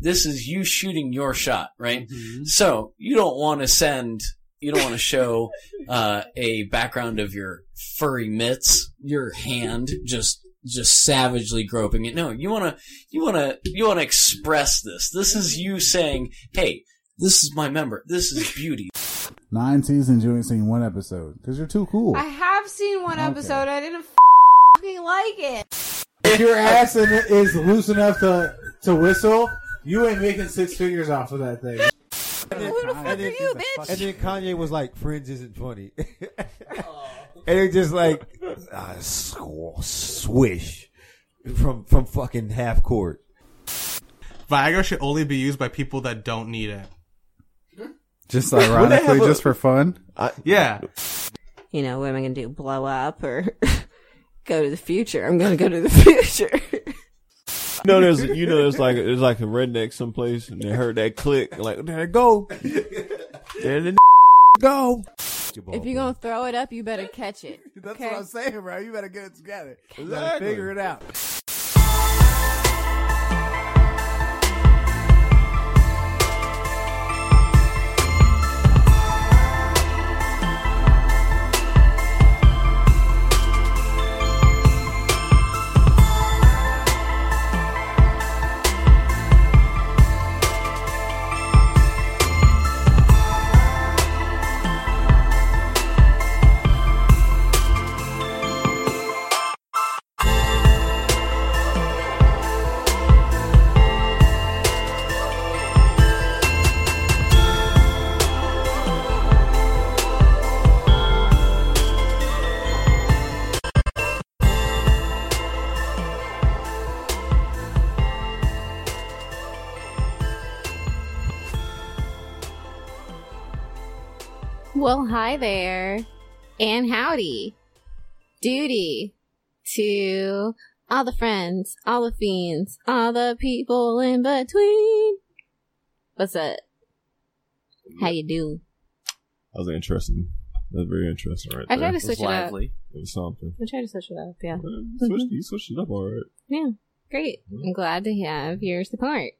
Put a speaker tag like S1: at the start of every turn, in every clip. S1: This is you shooting your shot, right? So you don't want to send, you don't want to show uh, a background of your furry mitts, your hand just just savagely groping it. No, you want to, you want to, you want to express this. This is you saying, "Hey, this is my member. This is beauty."
S2: Nine seasons, you ain't seen one episode because you're too cool.
S3: I have seen one
S2: Okay.
S3: episode. I didn't fucking like it.
S2: If your ass in it is loose enough to to whistle, you ain't making six figures off of that thing.
S4: Who the fuck
S3: are you, bitch?
S4: And then Kanye was like, "Friends isn't funny," and it just like uh, squ- swish from from fucking half court.
S5: Viagra should only be used by people that don't need it.
S2: Just
S4: Would they
S2: ironically,
S4: have a-
S2: just for fun.
S5: Yeah.
S3: You know, what am I going to do? Blow up or go to the future? I'm going to go to the future.
S6: You know, there's you know, there's like there's like a redneck someplace, and they heard that click, like there it go, there the go.
S3: if you're going to throw it up, you better catch it.
S2: That's
S3: Okay.
S2: what I'm saying, bro. You better get it together. You better
S6: Exactly.
S2: Figure it out.
S7: Well, hi there, and howdy. Duty to all the friends, all the fiends, all the people in between. What's up? How you do?
S6: That was interesting. That's very interesting, right
S7: I
S6: there.
S7: tried to switch it up. Mm-hmm.
S1: Lively.
S6: It was something.
S7: I tried to switch it up. Yeah,
S6: Well, you switched- you switched it up, all right.
S7: yeah, great. I'm glad to have your support.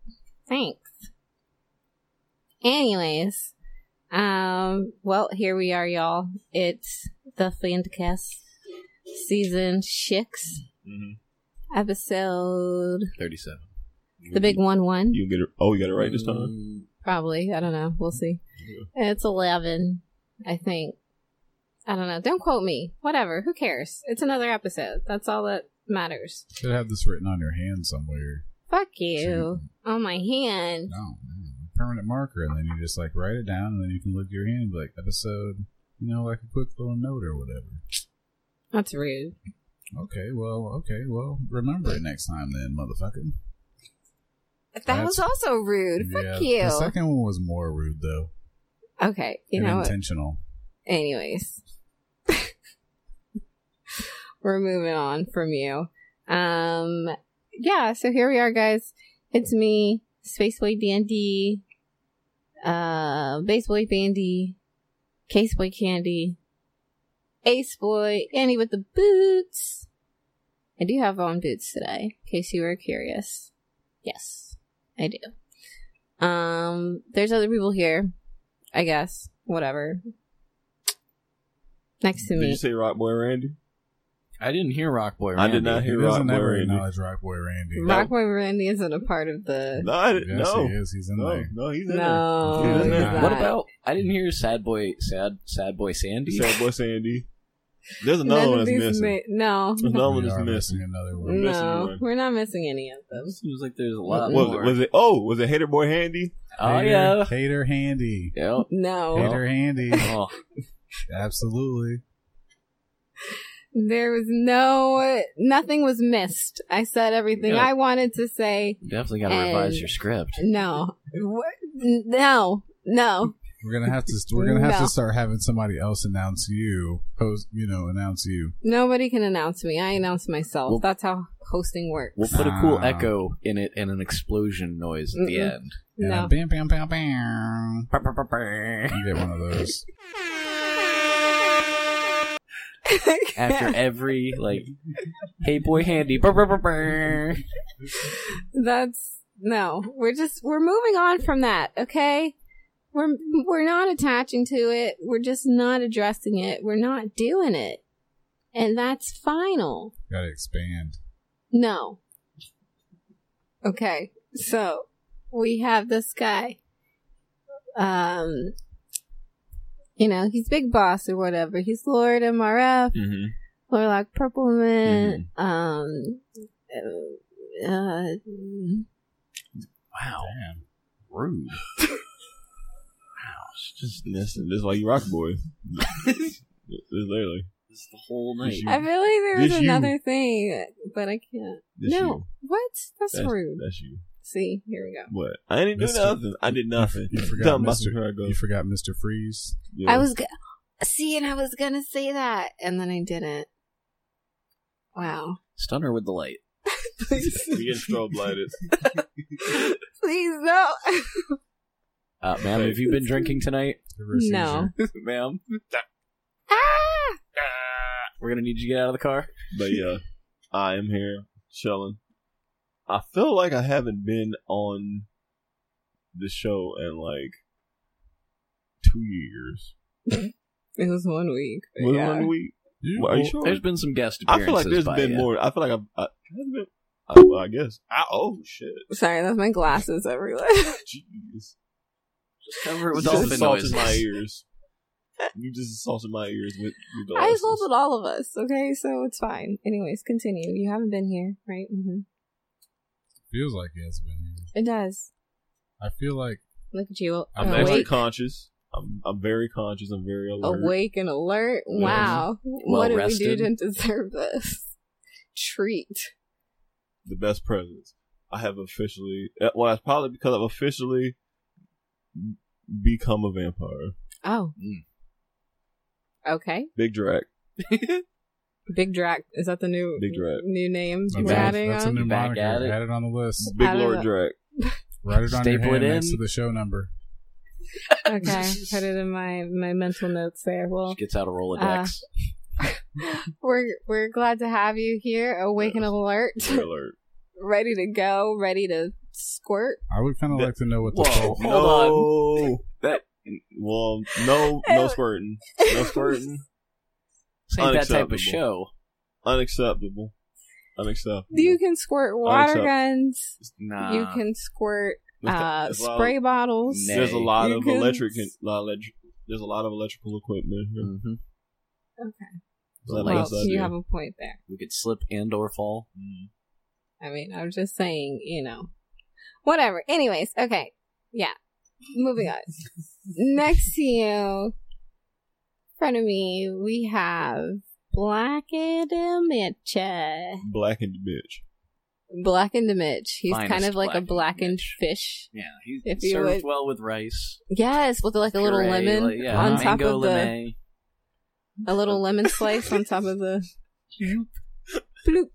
S7: Thanks. Anyways, um, well, here we are, y'all. It's the Fandcast season six. episode
S1: Mm-hmm. Thirty-seven.
S7: the
S6: Mm-hmm.
S7: big one one
S6: You get it. Oh, you got it right this time.
S7: probably i don't know we'll see it's 11 i think i don't know don't quote me whatever who cares it's another episode that's all that matters
S2: Should have this written on your hand somewhere.
S7: fuck you on my hand
S2: No, man. permanent marker, and then you just like write it down, and then you can look at your hand and be like episode, you know, like a quick little note or whatever.
S7: that's rude
S2: Okay, well, okay, well, remember it next time then, motherfucker.
S3: That
S2: That's-
S3: was also rude.
S2: Yeah,
S3: Fuck
S2: The
S3: you.
S2: second one was more rude though,
S7: okay you
S2: and
S7: know what?
S2: intentional.
S7: anyways we're moving on from you um yeah so here we are guys it's me spaceboy dandy uh baseboy bandy caseboy candy ace boy andy with the boots i do have on boots today in case you were curious yes i do um there's other people here i guess whatever next to
S6: Did
S7: me
S6: you say Rock Boy Randy?
S1: I didn't hear Rock Boy.
S6: I did not
S2: He
S6: hear Rock
S2: doesn't
S6: Boy
S2: ever
S6: Randy.
S2: acknowledge Rockboy Randy.
S7: Rockboy Randy isn't a part of the.
S6: No, I didn't,
S2: Yes,
S6: no,
S2: he is. He's in
S6: no,
S2: there.
S6: no, he's in
S7: Uh, No,
S6: Yeah,
S7: he's
S6: no.
S7: not.
S1: What about? I didn't hear Sad Boy. Sad Sad Boy Sandy.
S6: there. Sad boy Sandy. There's
S7: None
S6: another
S7: of
S6: one that's
S7: these
S6: missing.
S7: ma- no,
S6: There's another one
S2: We
S6: that's
S2: are missing
S6: missing.
S2: another one.
S6: We're missing
S7: no,
S6: one.
S7: we're not missing any of them.
S1: Seems like there's a
S6: What
S1: lot
S6: was
S1: more.
S6: it? Was it? Oh, was it Hater Boy Handy?
S1: Oh
S2: Hater-
S1: yeah.
S2: Hater Handy.
S1: Yep.
S7: No,
S1: Well-
S2: Hater Handy.
S1: Oh,
S2: Absolutely.
S7: there was no nothing was missed. I said everything
S1: Yeah.
S7: I wanted to say.
S1: definitely got to
S7: And-
S1: revise your script.
S7: No, what? no, no.
S2: We're gonna have to. We're gonna have
S7: No.
S2: to start having somebody else announce you. Host, you know, announce you.
S7: Nobody can announce me. I announce myself.
S1: Well-
S7: That's how hosting works.
S1: We'll put a cool
S2: Ah.
S1: echo in it and an explosion noise at the
S7: Mm-mm.
S1: end.
S2: And
S7: no,
S2: a bam, bam, bam, bam. You get one of those.
S1: After every like, hey boy, handy. brr, brr, brr, brr.
S7: that's no, we're just we're moving on from that. Okay, we're we're not attaching to it. We're just not addressing it. We're not doing it, and that's final.
S2: Gotta expand.
S7: No. Okay, so we have this guy. Um, you know, he's big boss or whatever. He's Lord MRF,
S1: Mm-hmm.
S7: Lorlock Purple Man. Um, uh, uh,
S1: Wow.
S2: Damn.
S6: Rude. wow, it's just that's, that's why you rock boy. It's Literally,
S1: This is the whole night.
S6: You-
S7: I feel like there was
S6: It's you.
S7: another thing, but I can't.
S6: that's
S7: no,
S6: you.
S7: what? That's,
S6: That's,
S7: rude.
S6: that's you.
S7: See, here we go.
S6: What? I didn't do
S2: Mister-
S6: nothing. I did nothing.
S2: You forgot
S6: Talking about
S2: Mr.
S6: some hair I go.
S2: You forgot Mr. Freeze.
S6: Yeah.
S7: I was go- see, and I was gonna say that, and then I didn't. Wow!
S1: Stunner with the light.
S7: Please,
S6: We getting strobe lighted.
S7: please no.
S1: Uh, ma'am, have you been drinking tonight?
S2: The wrist
S7: no.
S2: seizure.
S1: ma'am,
S7: Ah!
S1: we're gonna need you to get out of the car.
S6: But yeah, I am here chilling. I feel like I haven't been on the show in like two years.
S7: It was one week. but
S6: Was it
S7: yeah.
S6: one week?
S2: You-
S6: Well, are you sure?
S1: There's been some guest
S6: I
S1: appearances.
S6: feel like there's
S1: by
S6: been
S1: you.
S6: more. I feel like I've, I, has been. I, well, I guess. I, oh shit!
S7: Sorry, that's my glasses everywhere.
S6: Jeez,
S1: Just cover it with
S6: you just
S1: dolphin
S6: assaulted
S1: noises.
S6: my ears. You just assaulted my ears with your
S7: I
S6: glasses.
S7: assaulted all of us. Okay, so it's fine. Anyways, continue. You haven't been here, right? hmm
S2: Feels like he has been here.
S7: It does.
S2: I feel like
S7: Look at you. Oh,
S2: I'm
S6: I'm
S7: awake.
S6: actually conscious. I'm, I'm very conscious. I'm very alert.
S7: awake and alert. Wow. what did we
S1: rested.
S7: do to deserve this? Treat.
S6: the best presents. I have officially, uh, well, it's probably because I've officially m- become a vampire.
S7: Oh.
S6: Mm.
S7: Okay.
S6: Big Drac.
S7: Big Drac. Is that the new
S6: Big Drac.
S7: new names
S2: that's,
S7: we're
S2: a-
S7: adding
S2: that's a
S7: on?
S2: new
S1: Back
S2: moniker.
S1: at it.
S2: Add it on the list.
S6: Big
S7: I don't know.
S6: Lord Drac.
S2: Write it on your
S1: Staple it
S2: hand next
S1: in.
S2: to the show number.
S7: okay. Put it in my, my mental notes there. Well
S1: She gets out a
S7: Ah.
S1: Rolodex.
S7: we're we're glad to have you here, awake and
S6: Yes.
S7: alert.
S6: Big alert.
S7: ready to go, ready to squirt.
S2: I would kind of
S6: That-
S2: like to know what the
S1: Whoa,
S2: full.
S1: Oh, hold on.
S6: no. That, well, no, no squirting. No squirting.
S1: This ain't that type
S6: Unacceptable.
S1: of show.
S6: Unacceptable. Unacceptable.
S7: You can squirt water
S6: Unaccept-
S7: guns.
S1: Nah.
S7: You can squirt uh,
S6: There's a lot of-
S7: spray bottles.
S1: Nah.
S6: There's a lot
S7: You
S6: of
S7: can-
S6: electric, lot of elec- there's a lot of electrical equipment here.
S1: hmm
S6: So
S1: Well,
S6: I guess I
S7: you
S6: do.
S7: have a point there.
S1: We could slip and or fall.
S6: Mm.
S7: I mean, I'm just saying, you know, whatever. Anyways, okay, yeah, moving on. Next to you, in front of me, we have Black and Mitch.
S6: Blackened bitch.
S7: Black and Mitch. He's
S1: Finest
S7: kind of like
S1: Black
S7: a
S1: and
S7: blackened
S1: Mitch.
S7: fish.
S1: Yeah, he's
S7: If you
S1: served
S7: would-
S1: well with rice.
S7: Yes, with like a little
S1: puree,
S7: lemon
S1: like- yeah,
S7: on
S1: mango
S7: top of the
S1: lemay.
S7: a little lemon slice on top of the. Bloop.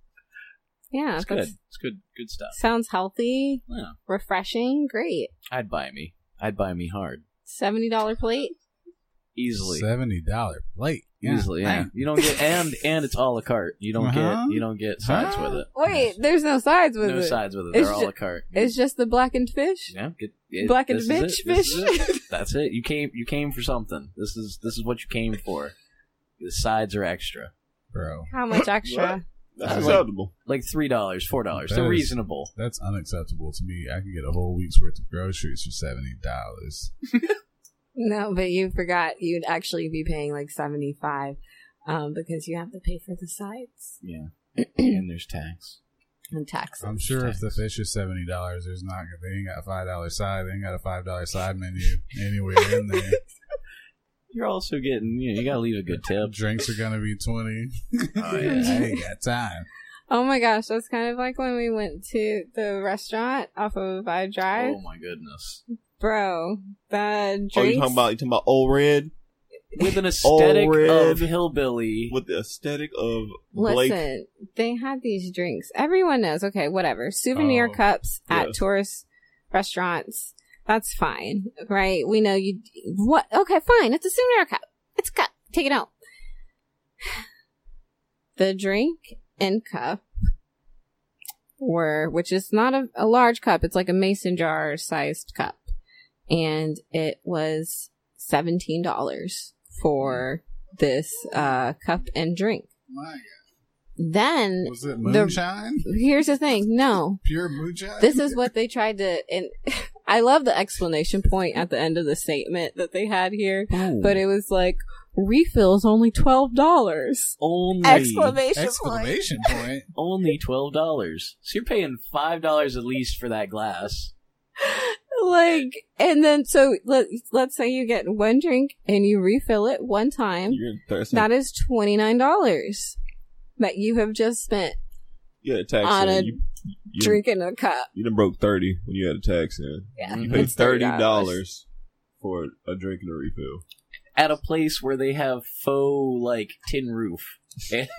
S7: Yeah,
S1: It's good.
S7: that's-
S1: It's good. Good stuff.
S7: sounds healthy,
S1: Yeah,
S7: refreshing, great.
S1: I'd buy me. I'd buy me hard.
S7: Seventy dollar plate.
S1: Easily.
S2: Seventy dollar plate. Yeah.
S1: Easily, yeah. You don't get and and it's a la carte. You don't
S2: Uh-huh.
S1: get you don't get sides
S2: Huh?
S1: with it.
S7: Uh, Wait, there's no sides with
S1: no
S7: it.
S1: sides with it.
S7: It's
S1: They're a la carte.
S7: It's just the blackened fish.
S1: yeah, get, it-
S7: blackened
S1: this is
S7: bitch
S1: it. This is
S7: fish.
S1: it. That's it. You came you came for something. This is this is what you came for. The sides are extra.
S2: Bro,
S7: How much extra?
S6: That's
S1: Uh,
S6: acceptable.
S1: Like three dollars, four dollars.
S2: That
S1: They're
S2: is-
S1: reasonable.
S2: that's unacceptable to me. I can get a whole week's worth of groceries for seventy dollars.
S7: no, but you forgot you'd actually be paying like seventy five, um, because you have to pay for the sides
S1: Yeah. and there's tax.
S7: and taxes.
S2: I'm sure if the fish is seventy dollars, there's not they ain't got a five dollar side. They ain't got a five dollar side menu anywhere in there.
S1: You're also getting you know, you gotta leave a good tip.
S2: Drinks are gonna be twenty.
S1: Oh,
S2: I ain't got time.
S7: Oh my gosh, that's kind of like when we went to the restaurant off of I Drive,
S1: Oh my goodness.
S7: bro. The drinks.
S6: Oh, you talking about you talking about old red
S1: With an aesthetic
S6: red.
S1: of hillbilly.
S6: with the aesthetic of Blake.
S7: Listen, they had these drinks. Everyone knows. Okay, whatever. Souvenir
S2: Oh,
S7: cups at
S6: yeah.
S7: tourist restaurants. That's fine, right? We know you. What? Okay, fine. It's a souvenir cup. It's a cup. Take it out. The drink and cup were, which is not a, a large cup, it's like a mason jar sized cup. And it was $17 for this uh, cup and drink.
S2: My
S7: Then,
S2: God. Was it moonshine?
S7: here's the thing no,
S2: Pure moonshine?
S7: this is what they tried to and i love the explanation point at the end of the statement that they had here but it was like refills only $12
S1: Only
S7: exclamation point
S2: Exclamation point.
S1: only twelve dollars. So you're paying five dollars at least for that glass.
S7: like and then so let, let's say you get one drink and you refill it one time
S6: You're thirsty.
S7: that is $29 that you have just spent
S6: you had a tax
S7: on
S6: in.
S7: a
S6: you, you,
S7: drinking a cup
S6: You done broke thirty when you had a tax in.
S7: yeah
S6: You
S1: Mhm.
S6: paid
S7: that's
S6: thirty dollars for a drink and a refill.
S1: At a place where they have faux like tin roof.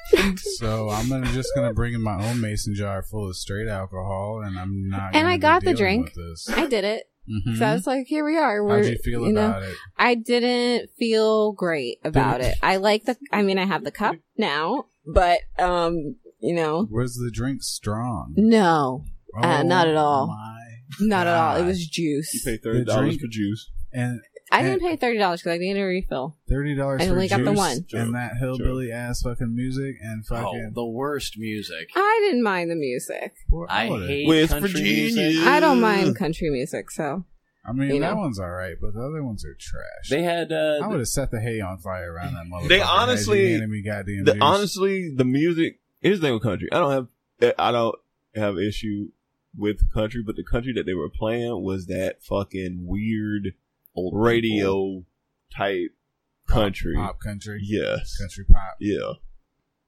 S2: So I'm gonna just gonna bring in my own mason jar full of straight alcohol, and I'm not.
S7: And
S2: gonna
S7: I
S2: be
S7: got the
S2: dealing
S7: drink.
S2: with this.
S7: i did it
S2: Mhm.
S7: so i was like here we are we're
S2: How'd you feel
S7: know,
S2: about it?
S7: I didn't feel great about
S2: Didn't-
S7: it. I like the, I mean, I have the cup now, but, um, you know,
S2: Was the drink strong?
S7: no, Uh,
S2: Oh
S7: not at all.
S2: my.
S7: not at all. It
S2: God.
S7: was
S6: You
S7: juice.
S6: paid thirty dollars
S2: drink-
S6: for juice.
S2: And
S7: I didn't pay $30 because I needed a refill.
S2: thirty dollars.
S7: I
S2: for
S7: only got the
S2: juice
S7: one.
S6: Joke,
S2: And that hillbilly ass fucking music and
S1: Oh,
S2: fucking.
S1: the worst music.
S7: I didn't mind the music.
S2: Boy,
S1: I
S2: would-
S1: hate
S6: West
S1: country
S6: Virginia.
S1: music.
S7: I don't mind country music, so.
S2: I mean,
S7: you
S2: that
S7: know.
S2: one's all right, but the other ones are trash.
S1: They had uh,
S2: I would have set the hay on fire around that motherfucker.
S6: They
S2: had you
S6: honestly-
S2: handed me goddamn
S6: The,
S2: juice.
S6: honestly, the music is thing with country. I don't have eh, I don't have issue with country, but the country that they were playing was that fucking weird
S1: old people.
S6: radio type country.
S2: pop country,
S6: Yes.
S2: country pop.
S6: Yeah.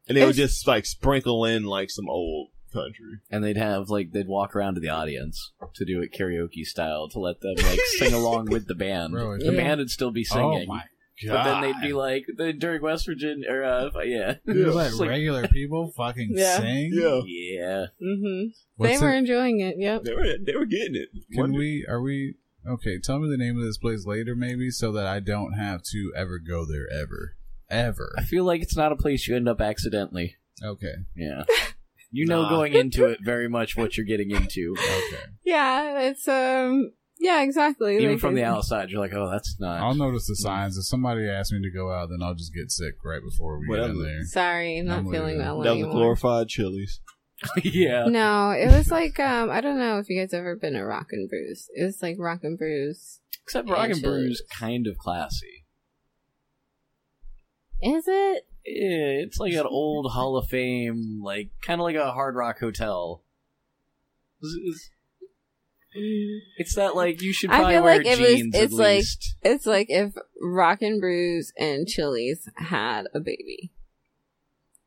S6: And they would
S7: It's-
S6: just like sprinkle in like some old country.
S1: and they'd have like they'd walk around to the audience to do it karaoke style to let them like sing along with the band.
S2: Really?
S1: The
S7: Yeah.
S1: band would still be
S2: Oh
S1: singing,
S2: my god!
S1: but then they'd be like the- during West Virginia or uh, yeah,
S2: You
S1: It's
S2: let
S1: like,
S2: regular people fucking
S7: Yeah.
S2: sing.
S1: yeah.
S7: hmm They
S2: What's
S7: were
S2: it-
S7: enjoying it, yep.
S6: They were they were getting it.
S2: Can we? Are we? Okay, tell me the name of this place later, maybe, so that I don't have to ever go there ever, ever.
S1: I feel like it's not a place you end up accidentally.
S2: Okay,
S1: Yeah, you know
S6: Nah.
S1: going into it very much what you're getting into,
S2: okay.
S7: Yeah, it's, um, yeah, exactly.
S1: even
S7: Like,
S1: from the
S7: it's-
S1: outside. You're like, oh, that's not.
S2: I'll notice the signs. If somebody asks me to go out, then I'll just get sick right before we get
S6: Whatever.
S2: in there.
S7: Sorry, I'm not
S2: I'm leaving.
S7: feeling well
S6: That was a
S7: anymore.
S6: glorified Chili's.
S1: yeah,
S7: No, it was like um I don't know if you guys ever been to Rock and Brews. It was like Rock and Brews.
S1: except Rock and
S7: Actually-
S1: Brew's kind of classy.
S7: Is it?
S1: Yeah, Eh, it's like an old Hall of Fame, like kind of like a Hard Rock Hotel. It's, it's- it's that like you should
S7: I
S1: probably
S7: feel
S1: wear
S7: like it was-
S1: jeans. at
S7: it's like-
S1: least.
S7: It's like if Rock and Brews and Chili's had a baby.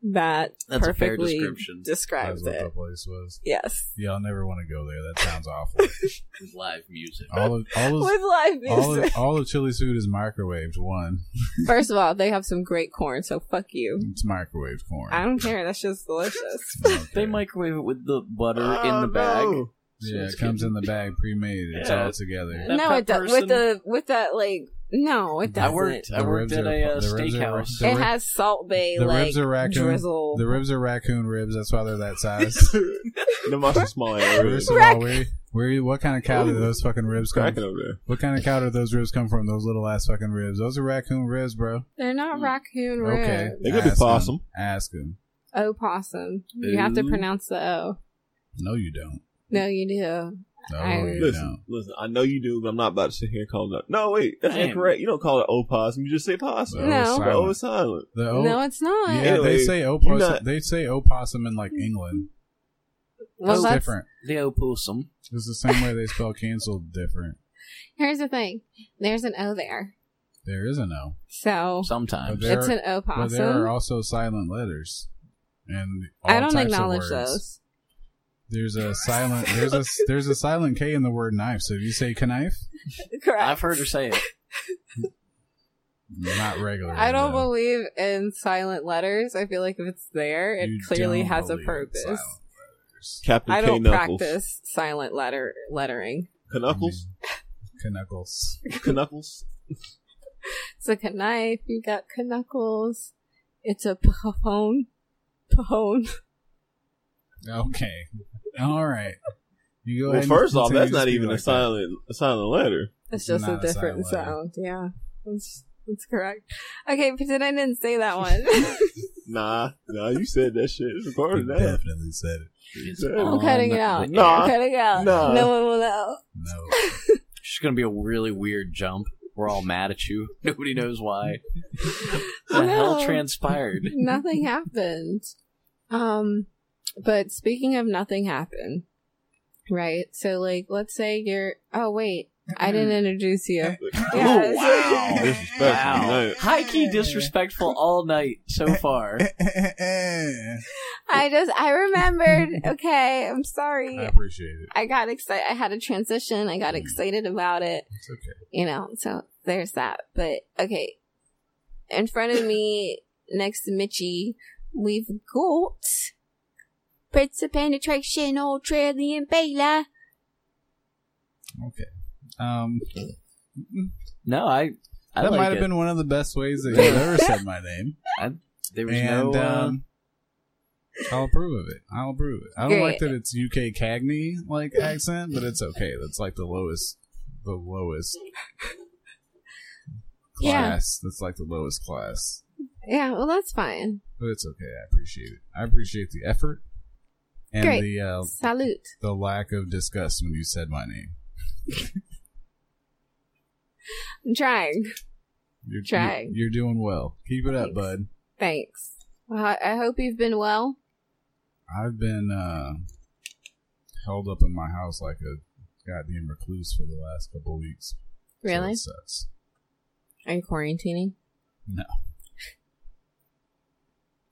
S7: That
S1: That's a fair
S7: perfectly
S1: description.
S7: describes
S2: That's what
S7: it.
S2: that place was.
S7: Yes,
S2: Yeah, I'll never want to go there. That sounds awful.
S1: with live music.
S2: all of all of,
S7: with live
S2: all
S7: music.
S2: of, all of Chili's food is microwaved. One,
S7: First of all, they have some great corn, so fuck you.
S2: it's microwaved corn.
S7: I don't care. That's just delicious.
S2: Okay.
S1: They microwave it with the butter in
S6: Oh,
S1: the bag.
S6: no.
S2: Yeah, it comes in the bag pre-made. It's
S1: Yeah.
S2: all together.
S1: That
S7: no, it
S1: pepper
S7: does
S1: person-
S7: with the with that like no, it
S1: I
S7: doesn't.
S1: worked. I
S2: The
S1: worked
S2: ribs
S1: at
S2: are-
S1: a uh,
S2: the ribs are-
S1: steakhouse.
S2: the
S7: it
S2: rib-
S7: has salt bay
S2: the
S7: like
S2: ribs are raccoon-
S7: drizzle.
S2: The ribs are raccoon ribs. That's why they're that size.
S6: No, my small ass ribs.
S2: First of all, where, where, what kind of cow do
S6: Ooh.
S2: those fucking ribs come?
S6: Cracking over there.
S2: What kind of cow do those ribs come from? Those little ass fucking ribs. Those are raccoon ribs, bro.
S7: They're not raccoon ribs.
S2: Mm. Okay,
S6: They could be
S2: Ask 'em.
S6: possum.
S2: Ask him.
S7: Opossum. You have to
S1: Ooh.
S7: pronounce the O.
S2: No, you don't.
S7: No, you do.
S2: No,
S7: I-
S2: you
S6: Listen,
S2: don't.
S6: listen. I know you do, but I'm not about to sit here and call it. Up. No, wait, that's
S1: Damn.
S6: incorrect. You don't call it opossum. You just say possum.
S7: No.
S2: Oh,
S6: The O
S2: silent.
S6: is silent.
S2: The o-
S7: no, it's not.
S2: Oh. yeah,
S6: Anyway,
S2: they say
S6: you're
S2: opossum.
S6: not-
S2: They say opossum in like England.
S7: well,
S2: it's
S7: that's,
S2: different.
S1: The opossum.
S2: It's the same way they spell canceled. Different.
S7: Here's the thing. There's an O there.
S2: There is an O,
S7: So
S1: Sometimes.
S2: There-
S7: it's an
S2: but there are
S7: opossum.
S2: also silent letters. And all
S7: I don't
S2: types of
S7: acknowledge
S2: words.
S7: those.
S2: There's a silent. There's a there's a silent K in the word knife. So if you say knife,
S7: Correct.
S1: I've heard her say it.
S2: not regular.
S7: I don't
S2: though.
S7: believe in silent letters. I feel like if it's there, it
S2: You
S7: clearly
S2: don't
S7: has a
S2: believe in
S7: purpose.
S2: silent letters.
S6: Captain
S7: I
S6: K
S7: don't
S6: Knuckles.
S7: practice silent letter lettering.
S6: Knuckles.
S2: Knuckles.
S6: Knuckles.
S7: It's like a knife. You got knuckles. It's a pahone. Pahone.
S2: Okay. All right. You go
S6: Well,
S2: ahead and
S6: first off,
S2: continue
S6: that's
S2: to
S6: not
S2: speak
S6: even
S2: like
S6: a
S2: that.
S6: silent a silent letter.
S7: It's
S2: It's
S7: just a
S2: not a
S7: different
S2: silent letter.
S7: sound. Yeah. That's, that's correct. Okay, pretend I didn't say that one.
S6: Nah, nah, you said that shit. It's recorded
S2: You
S6: now.
S2: definitely said it.
S6: You
S1: It's
S6: said it.
S1: all
S2: Oh,
S7: I'm cutting it
S1: n-
S7: out.
S6: Nah.
S7: I'm cutting it out.
S6: Nah.
S7: No one will know.
S2: No.
S1: She's gonna be a really weird jump. We're all mad at you. Nobody knows why. the
S7: No.
S1: hell transpired?
S7: nothing happened. Um, but speaking of nothing happened, right? So, like, let's say you're. Oh wait, I didn't
S1: Mm.
S7: introduce you.
S1: Oh,
S7: Yes.
S1: wow.
S6: Disrespectful.
S1: Wow.
S6: Like,
S1: High key disrespectful all night
S2: Eh,
S1: so far.
S7: I just I remembered. Okay, I'm
S2: I
S7: sorry.
S2: appreciate it.
S7: I got excited. I had a transition. I
S1: Mm.
S7: got excited about it.
S2: It's okay.
S7: You know. So there's that. But okay, in front of me, next to Mitchie, we've got. Prince of Penetration, Old Trilly, and Baylor.
S2: Um,
S1: No, I. I
S2: that
S1: like
S2: might have
S1: it.
S2: been one of the best ways that you've ever said my name.
S1: There was no.
S2: and
S1: uh,
S2: um, I'll approve of it. I'll approve it. I don't like that it's UK Cagney like accent, but it's okay. That's like the lowest, the lowest
S7: Yeah.
S2: class. That's like the lowest class,
S7: Yeah, well, that's fine.
S2: but it's okay. I appreciate it. I appreciate the effort and
S7: Great.
S2: the uh,
S7: Salute.
S2: the lack of disgust when you said my name.
S7: I'm trying.
S2: You're
S7: Trying.
S2: You're, you're doing well. Keep it up,
S7: Thanks.
S2: bud.
S7: Thanks. Well, I- I hope you've been well.
S2: I've been uh, held up in my house like a goddamn recluse for the last couple of weeks. So
S7: Really?
S2: it sucks.
S7: And quarantining.
S2: No.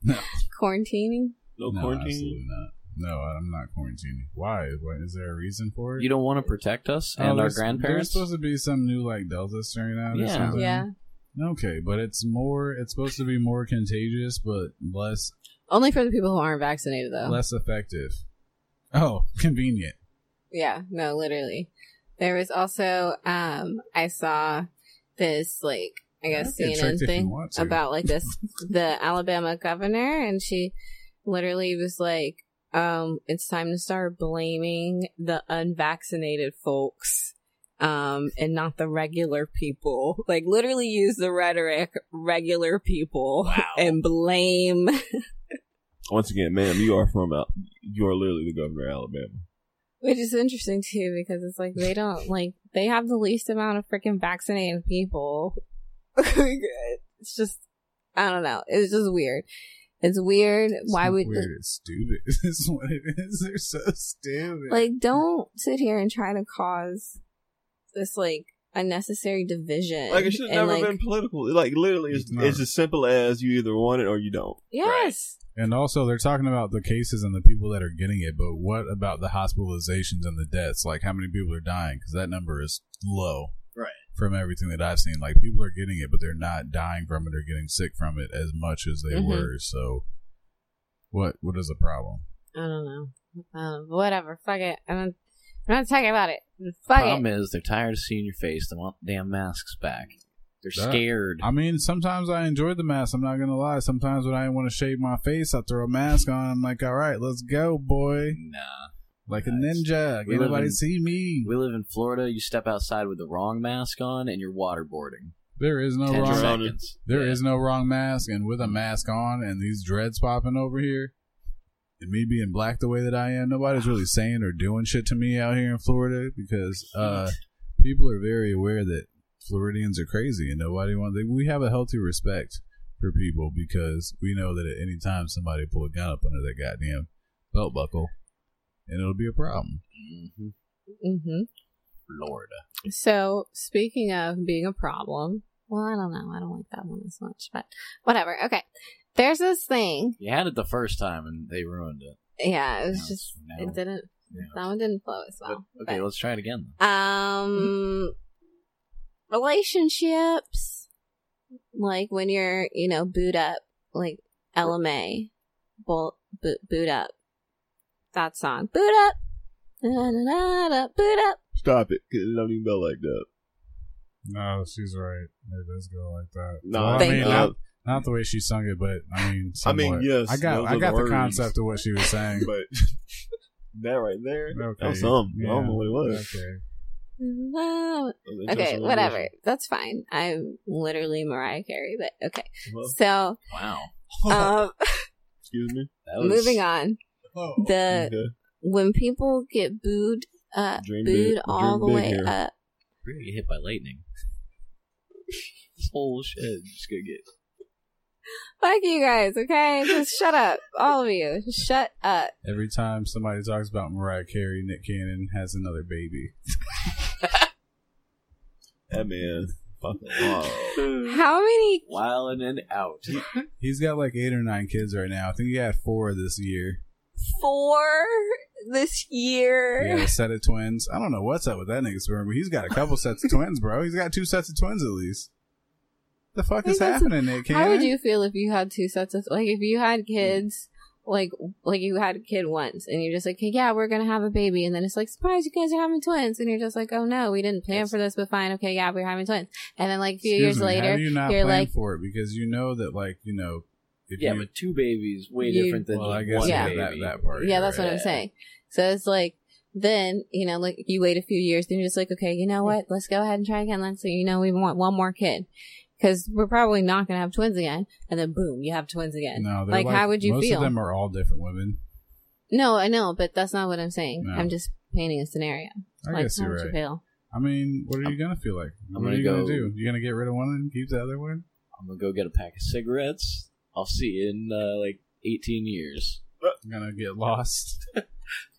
S2: No.
S7: Quarantining.
S6: no
S2: no,
S6: quarantine.
S2: absolutely not. No, I'm not quarantining. Why? Why? Is there a reason for it?
S1: you don't want to protect us
S2: Oh,
S1: and our
S2: there's-
S1: grandparents.
S2: There's supposed to be some new like Delta strain out or
S1: Yeah.
S2: something.
S7: Yeah.
S2: Okay, but it's more. It's supposed to be more contagious, but less
S7: Only for the people who aren't vaccinated, though.
S2: less effective. Oh, convenient.
S7: Yeah. No, literally. There was also, um, I saw this like I guess
S2: I can check
S7: CNN
S2: if you
S7: thing
S2: want to.
S7: about like this the Alabama governor, and she literally was like, um, "It's time to start blaming the unvaccinated folks." Um, and not the regular people. Like literally use the rhetoric regular people and blame
S6: Once again, ma'am, you are from out. You are literally the governor of Alabama.
S7: Which is interesting too, because it's like they don't like they have the least amount of freaking vaccinated people. it's just I don't know. It's just weird. It's weird.
S2: It's
S7: Why
S2: not
S7: would
S2: weird? It's stupid. Is what it is. They're so stupid.
S7: like don't sit here and try to cause this like unnecessary division?
S6: Like it should have
S7: and,
S6: never
S7: like,
S6: been political. Like literally, it's,
S2: It's not.
S6: it's as simple as you either want it or you don't.
S7: Yes.
S2: And also, they're talking about the cases and the people that are getting it, but what about the hospitalizations and the deaths? Like, how many people are dying? Because that number is low.
S1: Right.
S2: From everything that I've seen. Like, people are getting it, but they're not dying from it or getting sick from it as much as they
S7: Mhm.
S2: were. So, what what is the problem?
S7: I don't know. Um, whatever. Fuck it. I'm not, I'm not talking about it. Fuck
S1: Problem
S7: it.
S1: is, they're tired of seeing your face. They want the damn masks back. They're
S2: That-
S1: scared.
S2: I mean, sometimes I enjoy the mask. I'm not going to lie. Sometimes when I want to shave my face, I throw a mask on. I'm like, all right, let's go, boy.
S1: nah.
S2: Like a
S1: Nice.
S2: ninja.
S1: We
S2: Ain't
S1: live
S2: nobody
S1: in-
S2: see me.
S1: We live in Florida. You step outside with the wrong mask on, and you're waterboarding.
S2: There is no
S1: Ten
S2: wrong
S6: Drowned.
S1: seconds.
S2: Oh, There is
S1: Yeah.
S2: no wrong mask, and
S1: Mm-hmm.
S2: with a mask on and these dreads popping over here, and me being black the way that I am, nobody's really saying or doing shit to me out here in Florida because uh, people are very aware that Floridians are crazy, and nobody wants. We have a healthy respect for people because we know that at any time somebody pull a gun up under their goddamn belt buckle, and it'll be a problem.
S1: Mhm.
S7: Mm-hmm.
S1: Florida.
S7: So, speaking of being a problem, well, I don't know. I don't like that one as much, but whatever. Okay. There's this thing.
S1: You had it the first time, and they ruined it.
S7: Yeah, it was
S1: Yes,
S7: just,
S1: no.
S7: it didn't,
S1: Yeah.
S7: that one didn't flow as
S1: But-
S7: well.
S1: okay, let's try it again.
S7: But, um, relationships, like when you're, you know, boot up, like LMA, boot, boot, boot up. That song. Boot up. Da-da-da-da, boot up.
S6: Stop it. 'cause It don't even go like that.
S2: No, she's right. It does go like that.
S6: No,
S2: Well, I
S7: Thank
S2: mean,
S7: you.
S2: not, not the way she sung it, but I mean,
S6: I mean,
S2: somewhat.
S6: yes,
S2: I got,
S6: those
S2: I
S6: are
S2: got
S6: the
S2: the
S6: words.
S2: concept of what she was saying,
S6: But that right there.
S2: Okay.
S6: That was something. I don't know what it was.
S2: Okay.
S7: Wow.
S6: That was an
S7: Okay,
S6: interesting
S7: whatever. That's fine. I'm literally Mariah Carey, but okay.
S6: revelation. Well,
S7: So,
S1: Wow.
S7: um,
S6: excuse me. That was-
S7: moving on. The
S6: Okay.
S7: when people get booed, uh,
S6: Dream
S7: booed
S6: big-
S7: all
S6: dream
S7: the
S6: big
S7: way
S6: here.
S7: up.
S1: We're gonna get hit by lightning. this whole shit just gonna get.
S7: Fuck you guys, okay? Just shut up, all of you. Shut up.
S2: Every time somebody talks about Mariah Carey, Nick Cannon has another baby.
S6: That man. Fucking wild.
S7: How many?
S1: Wildin' and out.
S2: He's got like eight or nine kids right now. I think he had four this year.
S7: Four this year?
S2: He had a set of twins. I don't know what's up with that nigga's room, but he's got a couple sets of twins, bro. He's got two sets of twins at least. The fuck
S7: Wait,
S2: is
S7: that's-
S2: happening, Nick Cannon?
S7: How would you feel if you had two sets of like if you had kids like like you had a kid once and you're just like hey, yeah we're gonna have a baby and then it's like surprise you guys are having twins and you're just like oh no we didn't plan for this but fine okay yeah we're having twins and then like a few
S2: Excuse
S7: years
S2: me, how
S7: later
S2: do you not
S7: you're
S2: plan
S7: like
S2: for it because you know that, like, you know, if
S1: Yeah,
S2: you,
S1: but two babies way
S7: You-
S1: different than
S2: well,
S1: just
S2: I guess
S1: one
S2: yeah,
S1: baby.
S2: that, that part.
S7: yeah
S2: you're
S7: that's
S2: right.
S7: what I'm
S1: Yeah.
S7: saying so it's like then you know like you wait a few years then you're just like okay you know what let's go ahead and try again let's you know we want one more kid because we're probably not gonna have twins again and then boom you have twins again
S2: No, they're
S7: like, how would you
S2: most
S7: feel
S2: of them are all different women.
S7: No, I know, but that's not what I'm saying.
S2: No.
S7: I'm just painting a scenario.
S2: I
S7: like,
S2: guess
S7: how
S2: you're
S7: would you
S2: right.
S7: feel?
S2: I mean, what are you gonna feel like?
S1: I'm
S2: what are
S1: gonna
S2: you gonna
S1: go-
S2: do? You gonna get rid of one and keep the other one?
S1: I'm gonna go get a pack of cigarettes. I'll see you in uh, like 18 years.
S2: I'm gonna get lost.
S1: I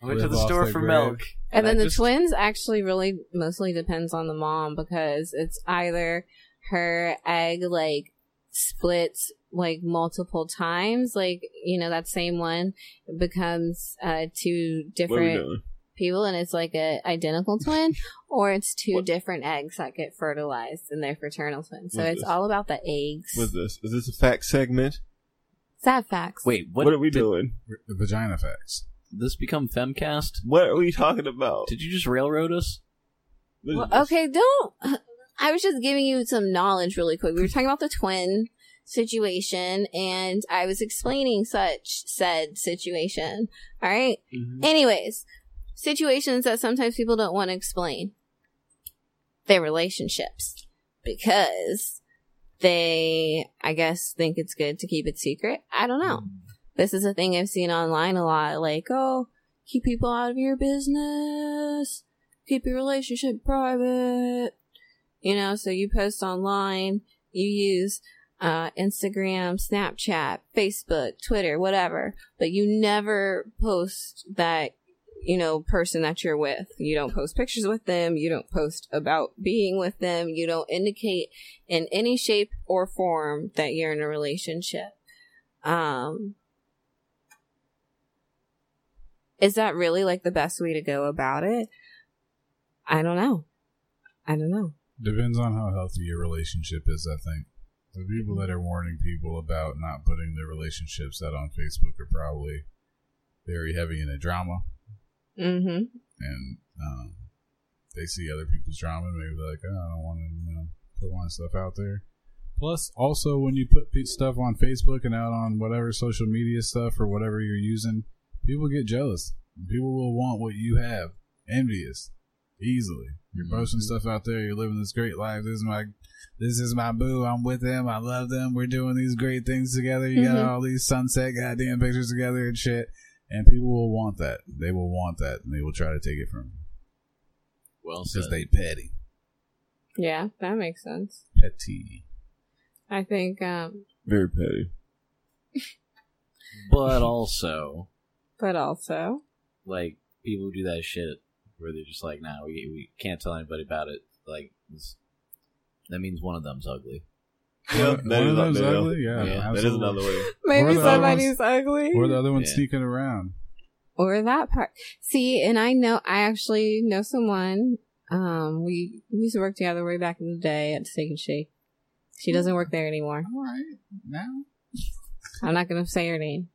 S1: went to
S2: Live
S1: the
S2: off
S1: store
S2: the
S1: for
S2: grid.
S1: milk.
S7: And, then
S1: I
S7: the
S1: just-
S7: twins actually really mostly depends on the mom because it's either her egg like splits like multiple times, like you know that same one becomes uh, two
S6: What are we
S7: different
S6: doing?
S7: people, and it's like a identical twin, or it's two
S6: What-
S7: different eggs that get fertilized and they're fraternal twins. So
S6: What's
S7: it's
S6: this?
S7: all about the eggs.
S6: What's this? Is this a fact segment?
S7: Sad facts.
S1: Wait, what,
S6: What, are we
S1: did
S6: doing?
S2: The vagina facts.
S1: This become femcast?
S6: What are we talking about?
S1: Did you just railroad us?
S6: What is
S7: Well,
S6: this?
S7: okay, don't. I was just giving you some knowledge really quick. We were talking about the twin situation, and I was explaining such said situation. All right.
S2: Mm-hmm.
S1: Mm-hmm.
S7: Anyways, situations that sometimes people don't want to explain their relationships because they, I guess, think it's good to keep it secret. I don't know. This is a thing I've seen online a lot like, oh, keep people out of your business, keep your relationship private. You know, so you post online, you use uh, Instagram, Snapchat, Facebook, Twitter, whatever, but you never post that, you know, person that you're with. You don't post pictures with them. You don't post about being with them. You don't indicate in any shape or form that you're in a relationship. Um, is that really like the best way to go about it? I don't know. I don't know.
S2: Depends on how healthy your relationship is, I think. The people that are warning people about not putting their relationships out on Facebook are probably very heavy into drama
S7: Mm-hmm.
S2: and um, they see other people's drama and maybe they're like, oh, I don't want to you know, put my stuff out there. Plus, also, when you put pe- stuff on Facebook and out on whatever social media stuff or whatever you're using, people get jealous. People will want what you have, envious, easily. You're posting stuff out there. You're living this great life. This is my, this is my boo. I'm with them. I love them. We're doing these great things together. You got
S7: Mhm.
S2: all these sunset goddamn pictures together and shit. And people will want that. They will want that, and they will try to take it from you
S1: Well said.
S2: because they petty,
S7: Yeah, that makes sense.
S2: petty.
S7: I think, um,
S6: Very petty.
S1: but also,
S7: but also,
S1: like, people do that shit where they're just like, nah, we, we can't tell anybody about it. Like, it's, that means one of them's ugly.
S6: Yeah,
S2: One-
S6: that
S2: one
S6: is
S2: of
S6: not
S2: them's
S6: bad.
S2: ugly. Yeah,
S1: Yeah,
S6: That is
S2: absolutely.
S6: another way.
S2: Or
S7: maybe
S2: the other
S7: somebody's ugly.
S2: Or the other one
S1: Yeah.
S2: sneaking around.
S7: or that part. See, and I know I actually know someone. Um, we, we used to work together way back in the day at Steak and Shake. She doesn't work there anymore.
S2: All right, now
S7: I'm not gonna say her name.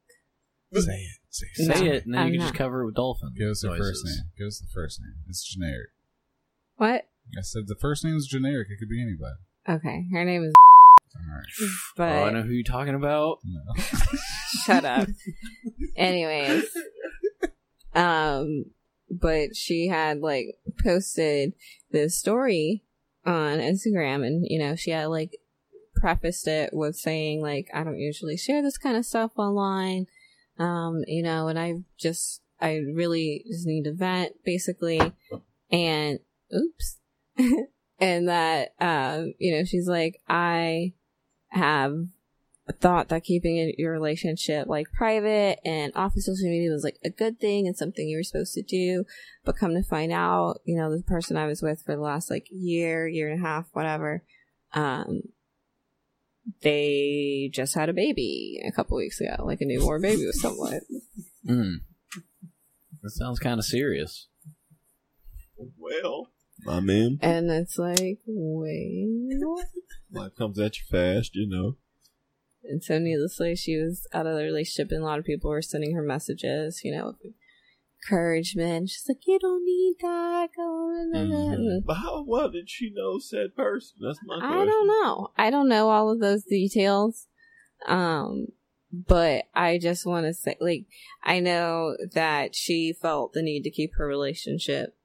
S2: say it. Say it.
S1: Say it, and then
S7: I'm
S1: you can
S7: not.
S1: just cover it with dolphin.
S2: Give us the
S1: noises.
S2: first name. Give us the first name. It's generic.
S7: What?
S2: I said the first name is generic. It could be anybody.
S7: Okay, her name is.
S2: All right.
S1: Oh, I
S7: But
S1: know who you're talking about.
S2: No.
S7: shut up. Anyways, Um, but she had like posted this story on Instagram and, you know, she had like prefaced it with saying like, I don't usually share this kind of stuff online. Um, you know, and I just, I really just need to vent basically. And oops. and that, um, you know, she's like, I have thought that keeping it- your relationship like private and off of social media was like a good thing and something you were supposed to do but come to find out you know the person i was with for the last like year year and a half whatever um they just had a baby a couple weeks ago like a newborn baby with someone
S1: Mm. That sounds kind of serious.
S6: Well, my man,
S7: and it's like wait what?
S6: life comes at you fast, you know.
S7: and so needlessly she was out of the relationship and a lot of people were sending her messages you know of encouragement she's like you don't need that go da, da, da."
S2: Mm-hmm.
S1: Mhm.
S7: And
S6: But how well did she know said person? That's my question.
S7: I don't know. I don't know all of those details. Um, but I just want to say, like, I know that she felt the need to keep her relationship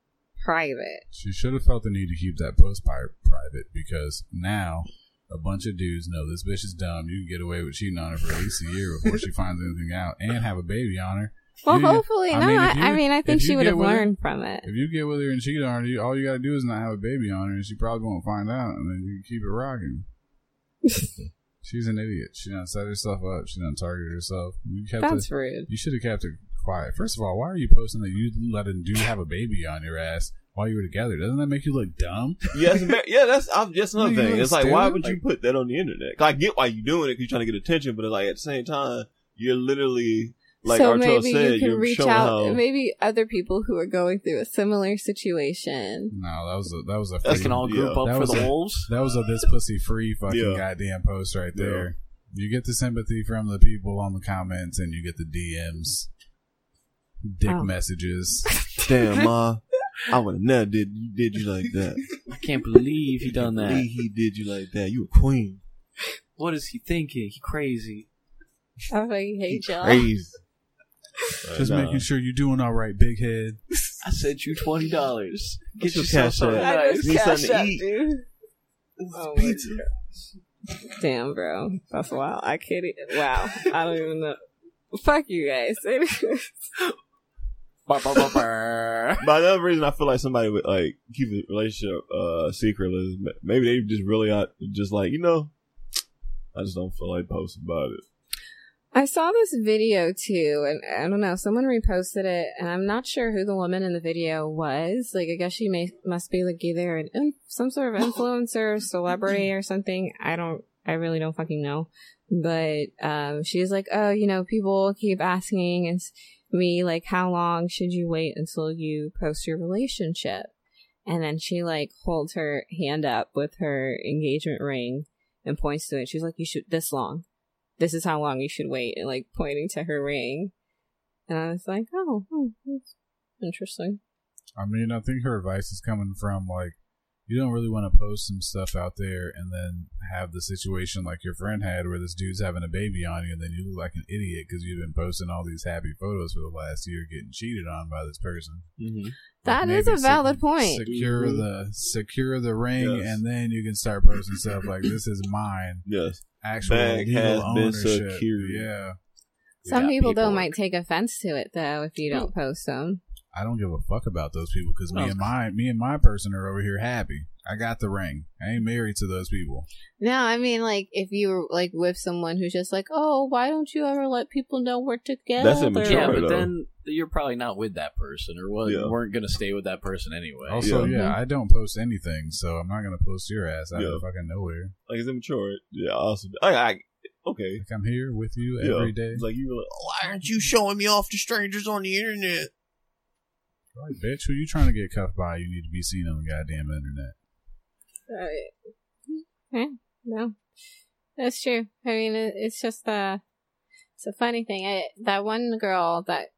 S7: private.
S2: She should have felt the need to keep that post pri- private because now a bunch of dudes know this bitch is dumb. You can get away with cheating on her for at least a year before she finds anything out and have a baby on her.
S7: Well,
S2: You-
S7: hopefully
S2: I
S7: not.
S2: mean, if you-
S7: I mean, I
S2: if
S7: think
S2: you
S7: she would
S2: get
S7: have
S2: with her-
S7: learned from it.
S2: If you get with her and cheat on her, you, all you gotta do is not have a baby on her, and she probably won't find out, and then you keep it rocking. She's an idiot. She done set herself up. She done targeted herself. You kept it.
S7: That's rude.
S2: You should have kept it quiet. First of all, why are you posting that you let a dude have a baby on your ass while you were together? Doesn't that make you look dumb?
S6: Yeah, that's embar- yeah, that's I'm, that's another
S2: You
S6: thing. It's like, why
S2: understand?
S6: would you
S2: Like-
S6: put that on the internet? 'Cause I get why you're doing it because you're trying to get attention, but it's like at the same time, you're literally like
S7: so
S6: Arturo
S7: maybe
S6: said,
S7: you can
S6: are
S7: reach
S6: showing
S7: out.
S6: how
S7: Maybe other people who are going through a similar situation.
S2: No, that was a that was a
S6: That's
S1: They
S2: free,
S1: can all group
S6: Yeah.
S2: That
S1: up for
S2: was
S1: the
S2: a-
S1: wolves.
S2: that was a this pussy free fucking
S6: Yeah.
S2: goddamn post right
S6: Yeah.
S2: there. You get the sympathy from the people on the comments, and you get the DMs, dick
S7: Oh.
S2: messages.
S6: damn, ma, I would have never did you did you like that.
S1: I can't believe he done
S6: Lee,
S1: that.
S6: He did you like that. You a queen.
S1: What is he thinking? He crazy.
S7: I fucking hate y'all.
S6: Crazy. Uh,
S2: Just making sure you're doing all right, big head.
S1: I sent you twenty dollars. Get
S6: What's your
S1: yourself
S6: cash
S1: something
S6: app?
S1: nice.
S6: Need something to eat.
S7: dude. Oh my
S6: Pizza.
S7: Damn, bro. That's wild. I can't e- Wow. I don't even know. Fuck you guys.
S1: Bah, bah, bah, bah.
S6: By the other reason, I feel like somebody would like keep a relationship uh, secret. is ma- Maybe they just really are just like you know. I just don't feel like posting about it.
S7: I saw this video too, and I don't know, someone reposted it, and I'm not sure who the woman in the video was. Like, I guess she may, must be like either an, in- some sort of influencer, celebrity, or something. I don't, I really don't fucking know. But um, she's like, oh, you know, people keep asking us- me, like, how long should you wait until you post your relationship? And then she like holds her hand up with her engagement ring and points to it. She's like, you should this long this is how long you should wait and like pointing to her ring and i was like oh hmm, that's interesting
S2: I mean, I think her advice is coming from like, you don't really want to post some stuff out there and then have the situation like your friend had where this dude's having a baby on you and then you look like an idiot because you've been posting all these happy photos for the last year getting cheated on by this person. Like,
S7: That is
S2: maybe
S7: a valid
S2: sec-
S7: point.
S2: Secure
S6: Mhm.
S2: the secure the ring
S6: Yes.
S2: and then you can start posting stuff like this is mine.
S6: Yes,
S2: Actual
S6: Bag
S2: legal
S6: has been
S2: ownership.
S6: secured.
S2: Yeah.
S7: some
S6: got
S7: people though
S6: people-
S7: might take offense to it though if you don't post them
S2: I don't give a fuck about those people because me
S1: Oh.
S2: and my me and my person are over here happy. I got the ring. I ain't married to those people.
S7: no i mean like if you were like with someone who's just like oh why don't you ever let people know we're together
S6: immature,
S1: Yeah,
S6: Sure,
S1: but
S6: though.
S1: then you're probably not with that person, or well,
S6: Yeah.
S1: you weren't going to stay with that person anyway.
S2: Also,
S6: Yeah.
S2: yeah, I don't post anything, so I'm not gonna post your ass out
S6: Yeah.
S2: of fucking nowhere.
S6: like it's immature. Yeah, also, I, I okay.
S2: Like I'm here with you
S6: Yeah.
S2: every day.
S6: It's like you were like, why aren't you showing me off to strangers on the internet?
S2: Like, bitch, who you trying to get cuffed by? You need to be seen on the goddamn internet.
S7: yeah, no that's true i mean it, it's just uh it's a funny thing I, that one girl that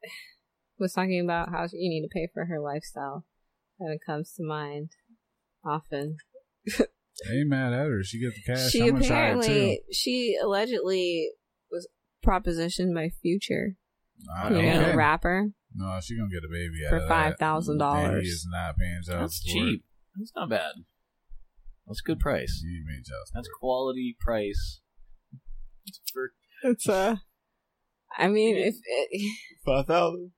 S7: was talking about how you need to pay for her lifestyle and it comes to mind often
S2: I ain't mad at her. She get the cash.
S7: she
S2: I'm gonna try it too.
S7: apparently she allegedly was propositioned by future
S2: I
S7: you
S2: don't
S7: know
S2: care.
S7: the rapper
S2: No, she gonna get a baby
S7: For
S2: out of that.
S7: $5,000.
S2: Baby is not paying child
S1: That's
S2: support.
S1: cheap. That's not bad. That's good price.
S2: You ain't paying child support.
S1: That's quality price. It's for-
S7: It's uh I mean if it,
S6: Five thousand.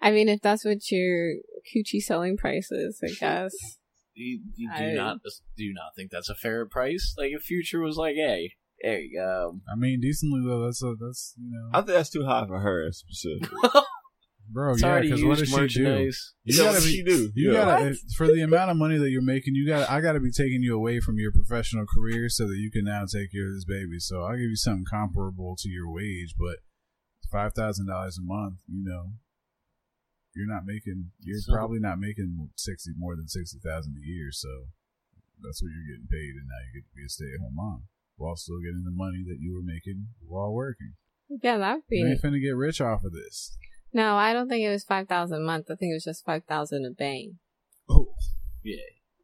S7: I mean if that's what your coochie selling price is, I guess.
S1: you, you do
S7: I-
S1: not do you not think that's a fair price. Like if Future was like, hey, there you go.
S2: I mean, decently though. That's a, that's you know,
S6: I think that's too high for her specifically.
S2: bro.
S1: it's
S2: Oh, yeah,
S1: already
S2: because
S1: used
S2: what does she do?
S1: merchandise.
S2: You
S6: So
S2: gotta
S6: what
S2: be-
S6: she do?
S2: You
S6: Yeah.
S2: gotta if- for the amount of money that you're making. You gotta I gotta be taking you away from your professional career so that you can now take care of this baby. So I'll give you something comparable to your wage, but five thousand dollars a month. You know, you're not making. You're
S1: So-
S2: probably not making sixty more than sixty thousand a year. So that's what you're getting paid, and now you get to be a stay at home mom while still getting the money that you were making while working.
S7: Yeah, that would
S2: You
S7: be
S2: ain't finna get rich off of this.
S7: No, I don't think it was five thousand a month. I think it was just five thousand a bang.
S2: Oh,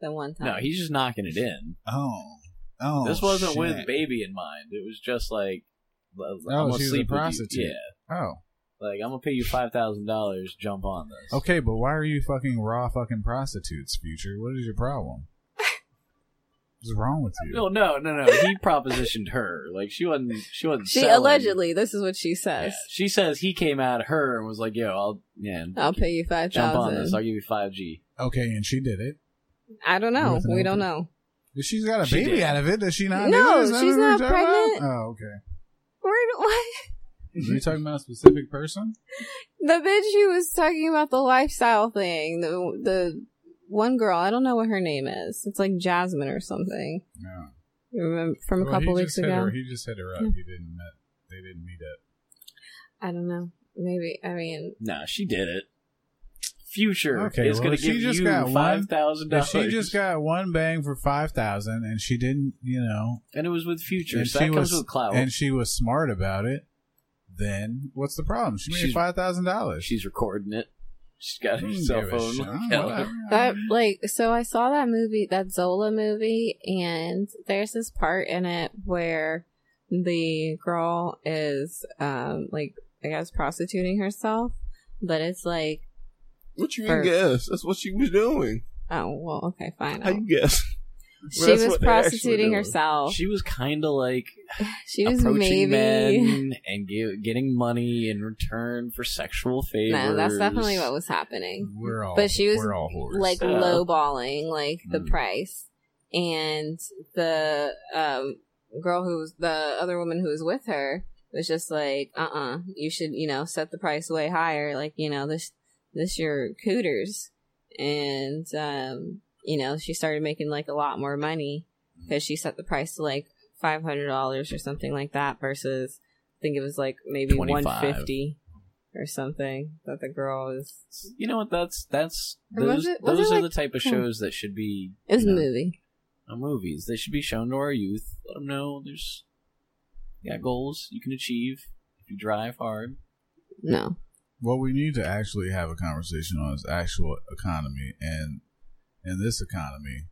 S7: The one time.
S1: No, he's just knocking it in.
S2: oh, oh!
S1: this wasn't with
S2: shit.
S1: baby in mind. It was just like, I'm
S2: Oh,
S1: gonna
S2: she was a
S1: sleep with
S2: prostitute.
S1: you. Yeah,
S2: Oh.
S1: like I'm gonna pay you five thousand dollars. Jump on this.
S2: Okay, but why are you fucking raw fucking prostitutes, future? What is your problem? What's wrong with you?
S1: No, no, no, no. He propositioned her. Like she wasn't. She wasn't.
S7: she
S1: selling.
S7: allegedly this is what she
S1: Yeah.
S7: says.
S1: She says he came at her and was like, "Yo, I'll yeah,
S7: I'll pay you five
S1: jump on this. I'll
S7: thousand.
S1: give you five G."
S2: Okay, and she did it.
S7: I don't know.
S2: With an
S7: We don't
S2: open-
S7: know.
S2: If she's got a
S1: She
S2: baby
S1: did.
S2: out of it, does she not?
S7: No,
S2: do this? Is that
S7: she's
S2: her
S7: not
S2: job?
S7: pregnant.
S2: Oh, okay.
S7: Where what
S2: Are you talking about a specific person?
S7: the bitch who was talking about the lifestyle thing, the the one girl, I don't know what her name is. It's like Jasmine or something.
S2: No.
S7: You remember from a
S2: Well,
S7: couple
S2: he
S7: weeks
S2: just hit
S7: ago?
S2: her- he just hit her up.
S7: Yeah.
S2: He didn't. Met, they didn't meet up.
S7: I don't know. Maybe I mean
S1: No, she did it. Future
S2: Okay,
S1: is
S2: well,
S1: going
S2: if
S1: to
S2: she
S1: give
S2: just
S1: you
S2: got one-
S1: five thousand
S2: If
S1: dollars.
S2: she just got one bang for five thousand, and she didn't, you know,
S1: and it was with Future,
S2: and
S1: so
S2: she
S1: that
S2: was
S1: comes with clout.
S2: and she was smart about it, then what's the problem? She made
S1: She's-
S2: five thousand dollars.
S1: She's recording it. She's got her
S2: Mm,
S1: cell
S2: give a
S1: phone.
S2: shit.
S1: Yeah.
S2: Whatever.
S7: that like so I saw that movie, that Zola movie, and there's this part in it where the girl is um like I guess prostituting herself, but it's like
S6: What you
S7: First.
S6: mean guess? That's what she was doing.
S7: oh well okay fine.
S6: How you guess? Well,
S7: she
S6: that's
S7: was
S6: what they're actually
S7: prostituting
S6: doing.
S7: herself. She,
S1: She was kind of like
S7: was
S1: approaching
S7: maybe
S1: men and ge- getting money in return for sexual favors.
S7: No, that's definitely what was happening.
S2: We're all,
S7: But she was,
S2: we're all whores.
S7: Like
S1: Oh.
S7: lowballing, like the
S2: Mm.
S7: price, and the um, girl who was the other woman who was with her was just like, "Uh, uh you should, you know, set the price way higher. Like, you know, this, this your cooters." And um, you know, she started making like a lot more money because she set the price to like five hundred dollars or something like that versus I think it was like maybe
S1: 25.
S7: one fifty or something that the girl is.
S1: You know what? That's that's
S7: Or was
S1: those,
S7: it- was
S1: those
S7: it
S1: are
S7: like-
S1: the type of
S7: hmm.
S1: shows that should be
S7: It was
S1: you
S7: a
S1: know,
S7: movie.
S1: uh, movies. They should be shown to our youth. Let them know there's yeah goals you can achieve if you drive hard.
S7: No,
S2: what we need to actually have a conversation on is actual economy, and in this economy,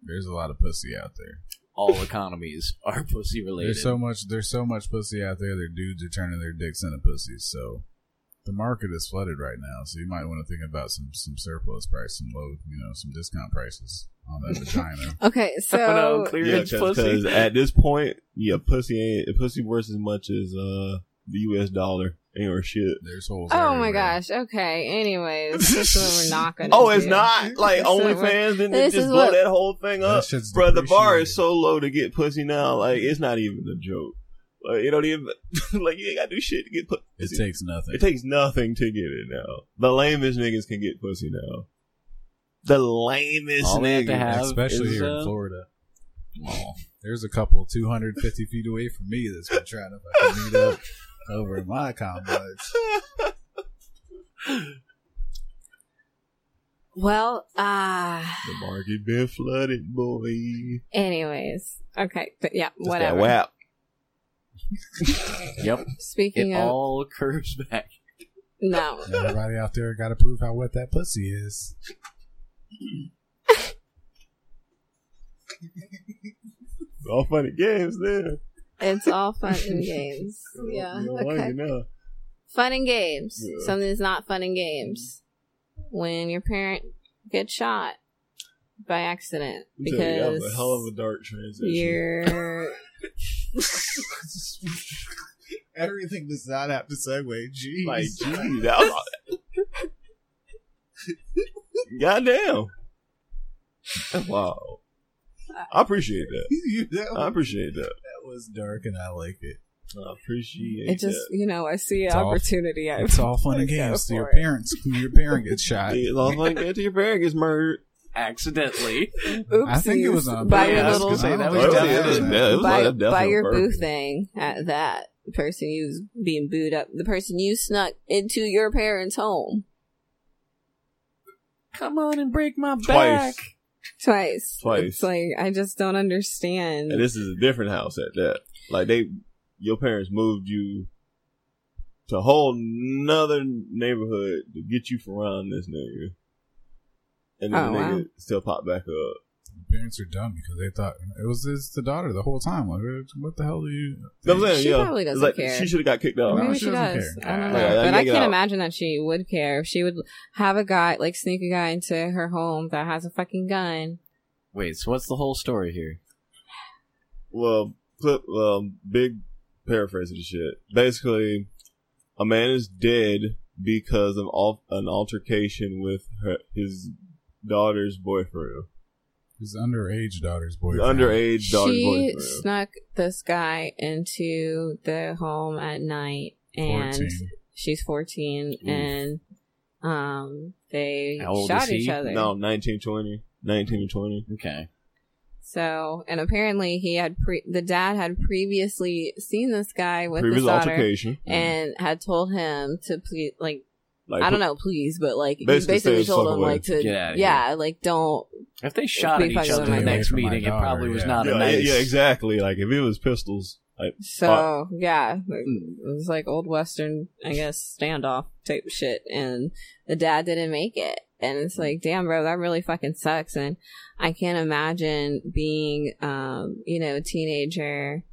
S2: there's a lot of pussy out there.
S1: All economies are pussy related.
S2: There's so much. There's so much pussy out there that dudes are turning their dicks into pussies. So the market is flooded right now. So you might want to think about some some surplus price, some low, you know, some discount prices on that vagina.
S7: okay, so
S1: no, clear
S6: Yeah,
S1: it's pussy.
S6: because at this point, yeah, pussy ain't pussy worth as much as uh the U.S. dollar ain't or shit.
S2: There's holes.
S7: oh my
S2: everywhere.
S7: gosh. Okay, anyways, this is what we're not gonna.
S6: Oh, it's
S7: do.
S6: not like
S7: This is what we're-
S6: OnlyFans didn't
S7: this
S6: just
S7: is
S6: blow
S7: what-
S6: that whole thing
S2: That
S6: up.
S2: shit's
S6: Bro, the bar is
S2: depreciated.
S6: so low to get pussy now. Like it's not even a joke. Like you don't even like you ain't got to do shit to get pussy.
S2: It takes nothing.
S6: It takes nothing to get it now. The lamest niggas can get pussy now. The lamest
S1: All they have
S6: niggas.
S1: to have
S2: especially
S1: is,
S2: here in
S1: uh,
S2: Florida. There's a couple 250 feet away from me that's been trying to fucking meet up over in my complex.
S7: Well, ah.
S6: The market been flooded, boy. Just
S7: anyways, okay, but yeah,
S6: that
S7: whatever.
S6: wap.
S1: Yep,
S7: Speaking
S1: it
S7: of
S1: all curves back.
S7: no,
S2: Everybody out there got to prove how wet that pussy is.
S6: It's all funny games there.
S7: it's all fun and games. Yeah.
S6: You don't like
S7: Okay.
S6: it now.
S7: Fun and games.
S6: Yeah.
S7: Something that's not fun and games. When your parent gets shot by accident
S6: I'm telling you, that
S7: because
S6: was a hell of a dark transition.
S7: you're
S5: Everything does not have to segue. Jeez.
S6: Like, gee, that was. Goddamn. Wow. I appreciate that.
S5: You know,
S6: I appreciate that.
S2: That was dark, and I like it.
S6: I appreciate
S7: it just you know I see an
S2: It's all-
S7: opportunity. I
S2: It's all fun and
S7: Go
S2: games to
S7: for
S2: your
S7: it.
S2: parents. when Your parent gets shot.
S6: that. It's all like that your parent gets murdered.
S1: accidentally.
S7: oopsies
S2: I think it was on
S1: purpose.
S7: by your
S1: Yeah, I was
S7: little
S1: gonna say, that
S6: was Well, definitely- yeah, it was- yeah, it
S7: by,
S6: was like- that
S7: by
S6: definitely
S7: your
S6: purpose.
S7: boo thing at that person you was being booed up the person you snuck into your parents' home
S1: Come on and break my
S6: Twice.
S1: back.
S7: twice.
S6: Twice.
S7: It's like I just don't understand.
S6: And this is a different house at that. Like they, your parents moved you to a whole nother neighborhood to get you from around this nigga. And then
S7: Oh,
S6: the nigga
S7: wow.
S6: still pop back up.
S2: The parents are dumb because they thought it was it's the daughter the whole time. Like, what the hell do you?
S6: You know what I'm saying?
S7: She
S6: yeah.
S7: probably
S6: It's
S7: doesn't
S6: like,
S7: care.
S6: She should have got kicked out.
S2: No,
S7: Maybe
S2: she
S7: she,
S2: doesn't
S7: does.
S2: care.
S7: I don't know.
S6: Yeah, yeah,
S7: but I
S6: get
S7: can't
S6: out.
S7: imagine that she would care if she would have a guy, like, sneak a guy into her home that has a fucking gun.
S1: Wait, so what's the whole story here?
S6: well, clip, um, big paraphrase of the shit. Basically, a man is dead because of al- an altercation with her, his daughter's boyfriend,
S2: His underage daughter's
S6: his
S2: boyfriend.
S6: underage daughter's
S7: She
S6: boyfriend.
S7: snuck this guy into the home at night, and
S2: 14.
S7: she's 14,
S6: Oof.
S7: and um, they
S1: How old
S7: shot
S1: is
S7: each
S1: he?
S7: other.
S6: No, 1920. 1920.
S1: Okay.
S7: So, and apparently he had pre- the dad had previously seen this guy with
S6: Previous
S7: his daughter.
S6: altercation.
S7: and had told him to please, like,
S6: Like,
S7: I don't know, please, but like, he
S6: Basically
S7: basically
S6: said,
S7: told
S6: "Fuck
S7: him,
S6: away.
S7: like, to,
S1: Get outta
S7: yeah, like, don't,
S1: If they shot
S7: We
S1: at each
S7: fucking
S1: other in
S7: would've
S1: the
S7: been
S1: next
S2: away from my
S1: meeting, it
S2: daughter,
S1: probably was
S2: yeah.
S1: not
S6: Yeah,
S1: a
S6: yeah,
S1: nice.
S6: yeah, exactly. Like if it was pistols, like
S7: so, yeah, like,
S1: Hmm.
S7: it was like old Western, I guess, standoff type shit. And the dad didn't make it. And
S1: Hmm.
S7: it's like, damn, bro, that really fucking sucks. And I can't imagine being, um, you know, a teenager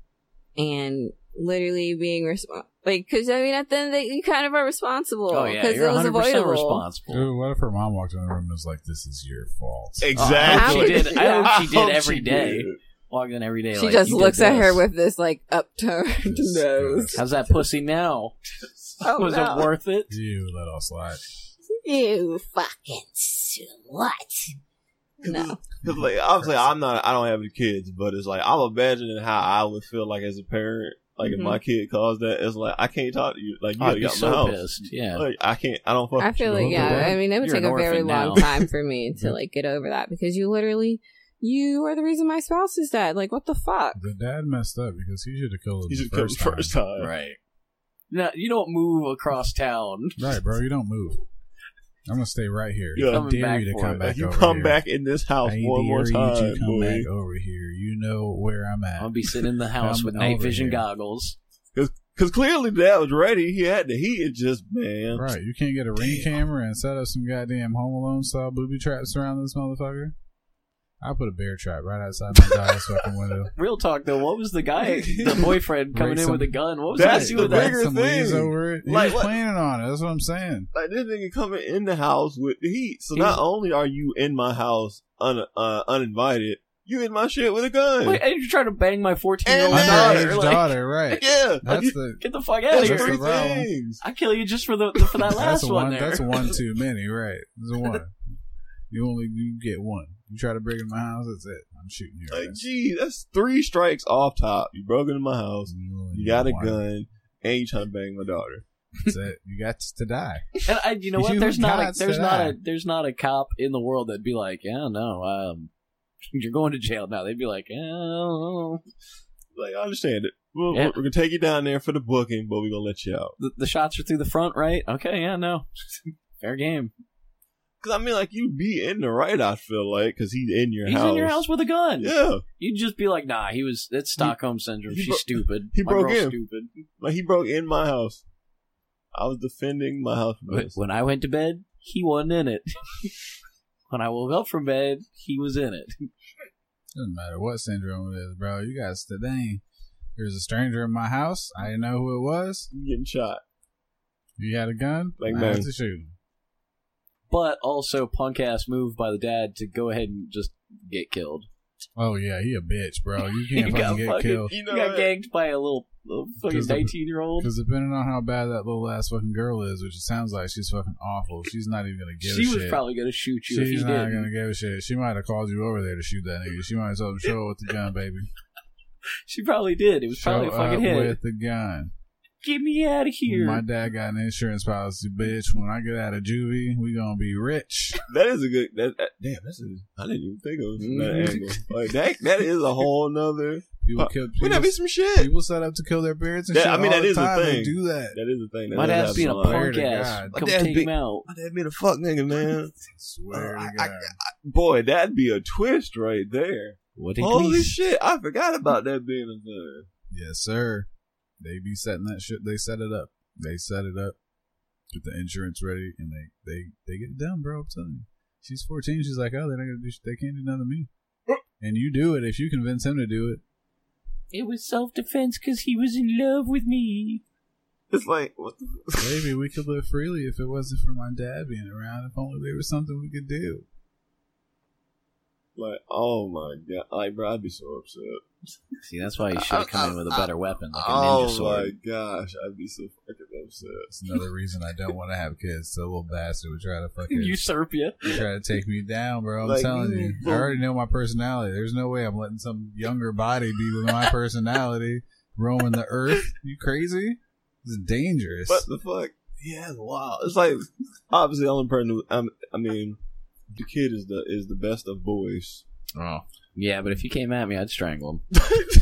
S7: and literally being responsible. Like, cause I mean, at the end, of the- you kind of are responsible.
S1: Oh yeah,
S7: cause
S1: you're
S7: it was
S1: 100 percent
S7: avoidable.
S1: responsible.
S2: Dude, what if her mom walked in the room and was like, "This is your fault"?
S7: Oh,
S1: I hope
S6: exactly.
S1: she did. I hope she
S6: I hope
S1: did every
S6: she
S1: day.
S6: did.
S1: Walking in every day.
S7: She
S1: like,
S7: just
S1: you did
S7: looks at her
S1: this.
S7: with this like upturned
S2: Just-
S7: nose.
S1: "How's that pussy now?
S7: Oh,
S1: was it
S7: no.
S1: worth it?"
S2: You let all slide.
S7: You fucking s- what? No,
S6: 'Cause, like obviously I'm not I don't have any kids, but it's like I'm imagining how I would feel like as a parent, like
S7: Mhm.
S6: if my kid caused that, it's like I can't talk to you. Like Oh,
S1: I'd
S6: you gotta
S1: be
S6: got my
S1: so
S6: house.
S1: pissed. Yeah,
S6: Like I can't I don't fuck
S7: I
S6: with
S7: feel
S6: you.
S7: like yeah. I mean, it would
S1: You're
S7: take
S1: an
S7: a very
S1: orphan
S7: long
S1: now.
S7: time for me to like get over that because you literally, you are the reason my spouse is dead. Like, what the fuck?
S2: The dad messed up because he should have killed him
S6: You
S2: the
S6: should come
S2: first time.
S6: first time.
S1: right. No, you don't move across town.
S2: Right, bro. You don't move. I'm gonna stay right here.
S6: Yeah.
S2: I
S1: Coming
S2: dare
S1: back
S2: you to
S1: for
S2: come
S1: it.
S2: back
S6: If you
S2: over
S6: come
S2: here.
S6: back in this house
S2: I
S6: one more
S2: dare you
S6: time,
S2: to come
S6: boy.
S2: back over here. You know where I'm at.
S1: I'll be sitting in the house
S2: I'm
S1: with night
S2: over
S1: vision
S2: here.
S1: goggles.
S6: Because clearly Dad was ready. He had the heat. It just man.
S2: Right, you can't get a ring camera and set up some goddamn Home Alone style booby traps around this motherfucker. I put a bear trap right outside my daughter's fucking window.
S1: Real talk though, what was the guy, the boyfriend coming
S2: Raise
S1: in with a
S2: some-
S1: gun? What was
S6: That's
S1: he
S6: the
S1: doing with that?
S6: bigger
S2: some leaves
S6: thing.
S2: over it. He
S6: Like,
S2: was
S6: what-
S2: planning on it. That's what I'm saying.
S6: Like this nigga coming in the house with the heat. So
S1: He's-
S6: not only are you in my house un, uh, uninvited, you in my shit with a gun.
S1: Wait, and you're trying to bang my 14 year old
S6: And that-
S1: daughter?
S2: Underage
S1: Like,
S2: daughter, right?
S6: yeah, like,
S2: That's
S6: you,
S2: the
S1: Get the fuck out of
S6: that's
S1: here!
S2: that's
S6: three
S2: the problem.
S6: things.
S1: I kill you just for the for that last
S2: that's a
S1: one,
S2: one.
S1: there.
S2: That's a one too many, right? It's a one. You only you get one. You try to break in my house, that's it. I'm shooting you.
S6: Like, gee, that's three strikes off top. You broke into my house. You got a gun, and you trying to bang my daughter.
S2: That's it. You got to die.
S1: And I, you know what?
S2: You
S1: There's not a
S2: gots
S1: there's
S2: to
S1: not
S2: that.
S1: a there's not a cop in the world that'd be like, yeah, no, um, you're going to jail now. They'd be like, oh,
S6: Like, I understand it. Well,
S1: Yeah.
S6: We're gonna take you down there for the booking, but we're gonna let you out.
S1: the, the shots are through the front, right? Okay, yeah, no, fair game.
S6: Cause I mean, like, you be in the right. I feel like, cause he's in your
S1: He's
S6: house.
S1: in your house with a gun.
S6: Yeah,
S1: You'd just be like, nah, he was. That's Stockholm syndrome.
S6: he
S1: She's
S6: bro-
S1: stupid.
S6: he
S1: My
S6: broke
S1: girl's
S6: in.
S1: Stupid.
S6: like he broke in my house. I was defending my house. from
S1: But
S6: this.
S1: when I went to bed, he wasn't in it. when I woke up from bed, he was in it.
S2: Doesn't matter what syndrome it is, bro. You guys to dang. There's a stranger in my house. I didn't know who it was.
S6: I'm getting shot.
S2: You had a gun?
S6: Like,
S2: I
S6: man.
S2: had to shoot him.
S1: But also punk ass move by the dad to go ahead and just get killed.
S2: Oh yeah, he a bitch, bro. You can't
S1: got
S2: fucking get
S1: fucking-
S2: killed.
S6: You
S1: Oh. You
S6: know
S1: got
S6: what?
S1: ganked by a little, little fucking
S2: Because the-
S1: nineteen year old.
S2: Because depending on how bad that little ass fucking girl is, which it sounds like she's fucking awful, she's not even gonna give
S1: She
S2: a
S1: was
S2: shit.
S1: probably gonna shoot you if
S2: she's
S1: you
S2: not
S1: did.
S2: gonna give a shit. She might have called you over there to shoot that nigga. She might have told him show up with the gun, baby.
S1: She probably did. It was
S2: Show
S1: probably a
S2: up
S1: fucking hit.
S2: with the gun.
S1: Get me out of here.
S2: My dad got an insurance policy, bitch. When I get out of juvie, we gonna be rich.
S6: That is a good. That, that- damn, that's a. I didn't even think of it from
S1: Mm-hmm.
S6: that angle. Like that. That is a whole nother.
S2: People
S6: Huh.
S2: kill
S6: Would
S2: people,
S6: that Uh, be some shit?
S2: people set up to kill their parents and
S6: That-
S2: shit.
S6: I mean,
S2: all
S6: that
S2: the
S6: is a
S2: time. They
S6: thing.
S2: do that.
S6: That is the thing. That
S1: My
S6: does
S1: dad's
S6: happen
S1: being a
S6: lot.
S2: Swear
S1: punk
S2: to
S1: ass.
S2: God.
S1: Come
S6: My dad's
S1: take
S6: big-
S1: him out.
S6: My dad being a fuck nigga, man.
S2: Swear
S6: Uh,
S2: to
S6: I- I-
S2: God.
S6: Boy, that'd be a twist right there.
S1: What
S6: Holy shit, I forgot about that being a thing.
S2: Yes, sir. They be setting that shit. They set it up. They set it up. Get the insurance ready, and they they they get it done, bro. I'm telling you. She's 14. She's like, oh, they're not gonna do. sh- They can't do nothing to me. And you do it if you convince him to do it.
S1: It was self defense because he was in love with me.
S6: It's like, what the
S2: Maybe we could live freely if it wasn't for my dad being around. If only there was something we could do.
S6: like, oh my god, like, bro, I'd be so upset.
S1: See, that's
S2: Uh,
S1: why he should have come in with a better weapon, like a ninja
S6: oh my
S1: sword.
S6: gosh, I'd be so fucking upset.
S2: That's another reason I don't want to have kids. The little bastard would try to fucking
S1: Usurp you.
S2: would try to take me down, bro. I'm
S6: Like,
S2: telling
S6: you
S2: you, I already know my personality. There's no way I'm letting some younger body be with my personality roaming the earth. You crazy? It's dangerous.
S6: What the fuck? Yeah, it's wild. It's like, obviously, the only person who, I'm, I mean, the kid is the is the best of boys.
S2: oh,
S1: Yeah, but if he came at me, I'd strangle him.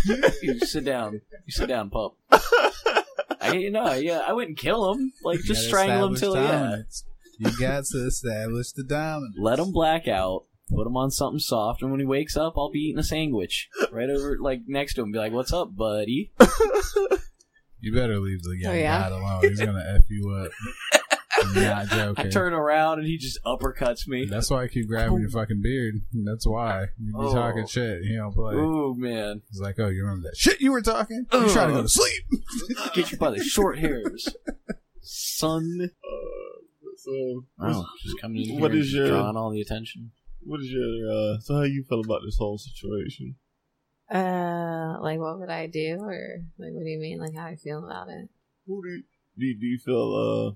S6: Uh,
S1: you sit down. You sit down, pup. I you know, yeah, I wouldn't kill him. Like
S2: You
S1: just
S2: gotta
S1: strangle him
S2: establish
S1: till yeah.
S2: dominance. You got to establish the dominance.
S1: Let him black out. Put him on something soft, and when he wakes up, I'll be eating a sandwich right over, like next to him. Be like, "What's up, buddy?"
S2: You better leave the young
S7: Oh, yeah?
S2: god alone. He's gonna f you up. I'm not joking.
S1: I turn around, and he just uppercuts me.
S2: That's why I keep grabbing your fucking beard. That's why you be
S1: Oh.
S2: talking shit. You don't play.
S1: Ooh man,
S2: He's like, "Oh, you remember that shit you were talking? You trying to go to sleep?"
S1: get you by the short hairs, son.
S6: So,
S1: Oh, just coming in
S6: What
S1: here
S6: is
S1: and
S6: your-
S1: drawing all the attention.
S6: what is your, uh, so how you feel about this whole situation?
S7: Uh, like what would I do, or like what do you mean? Like how I feel about it?
S6: Who do you, do you, do you feel, uh,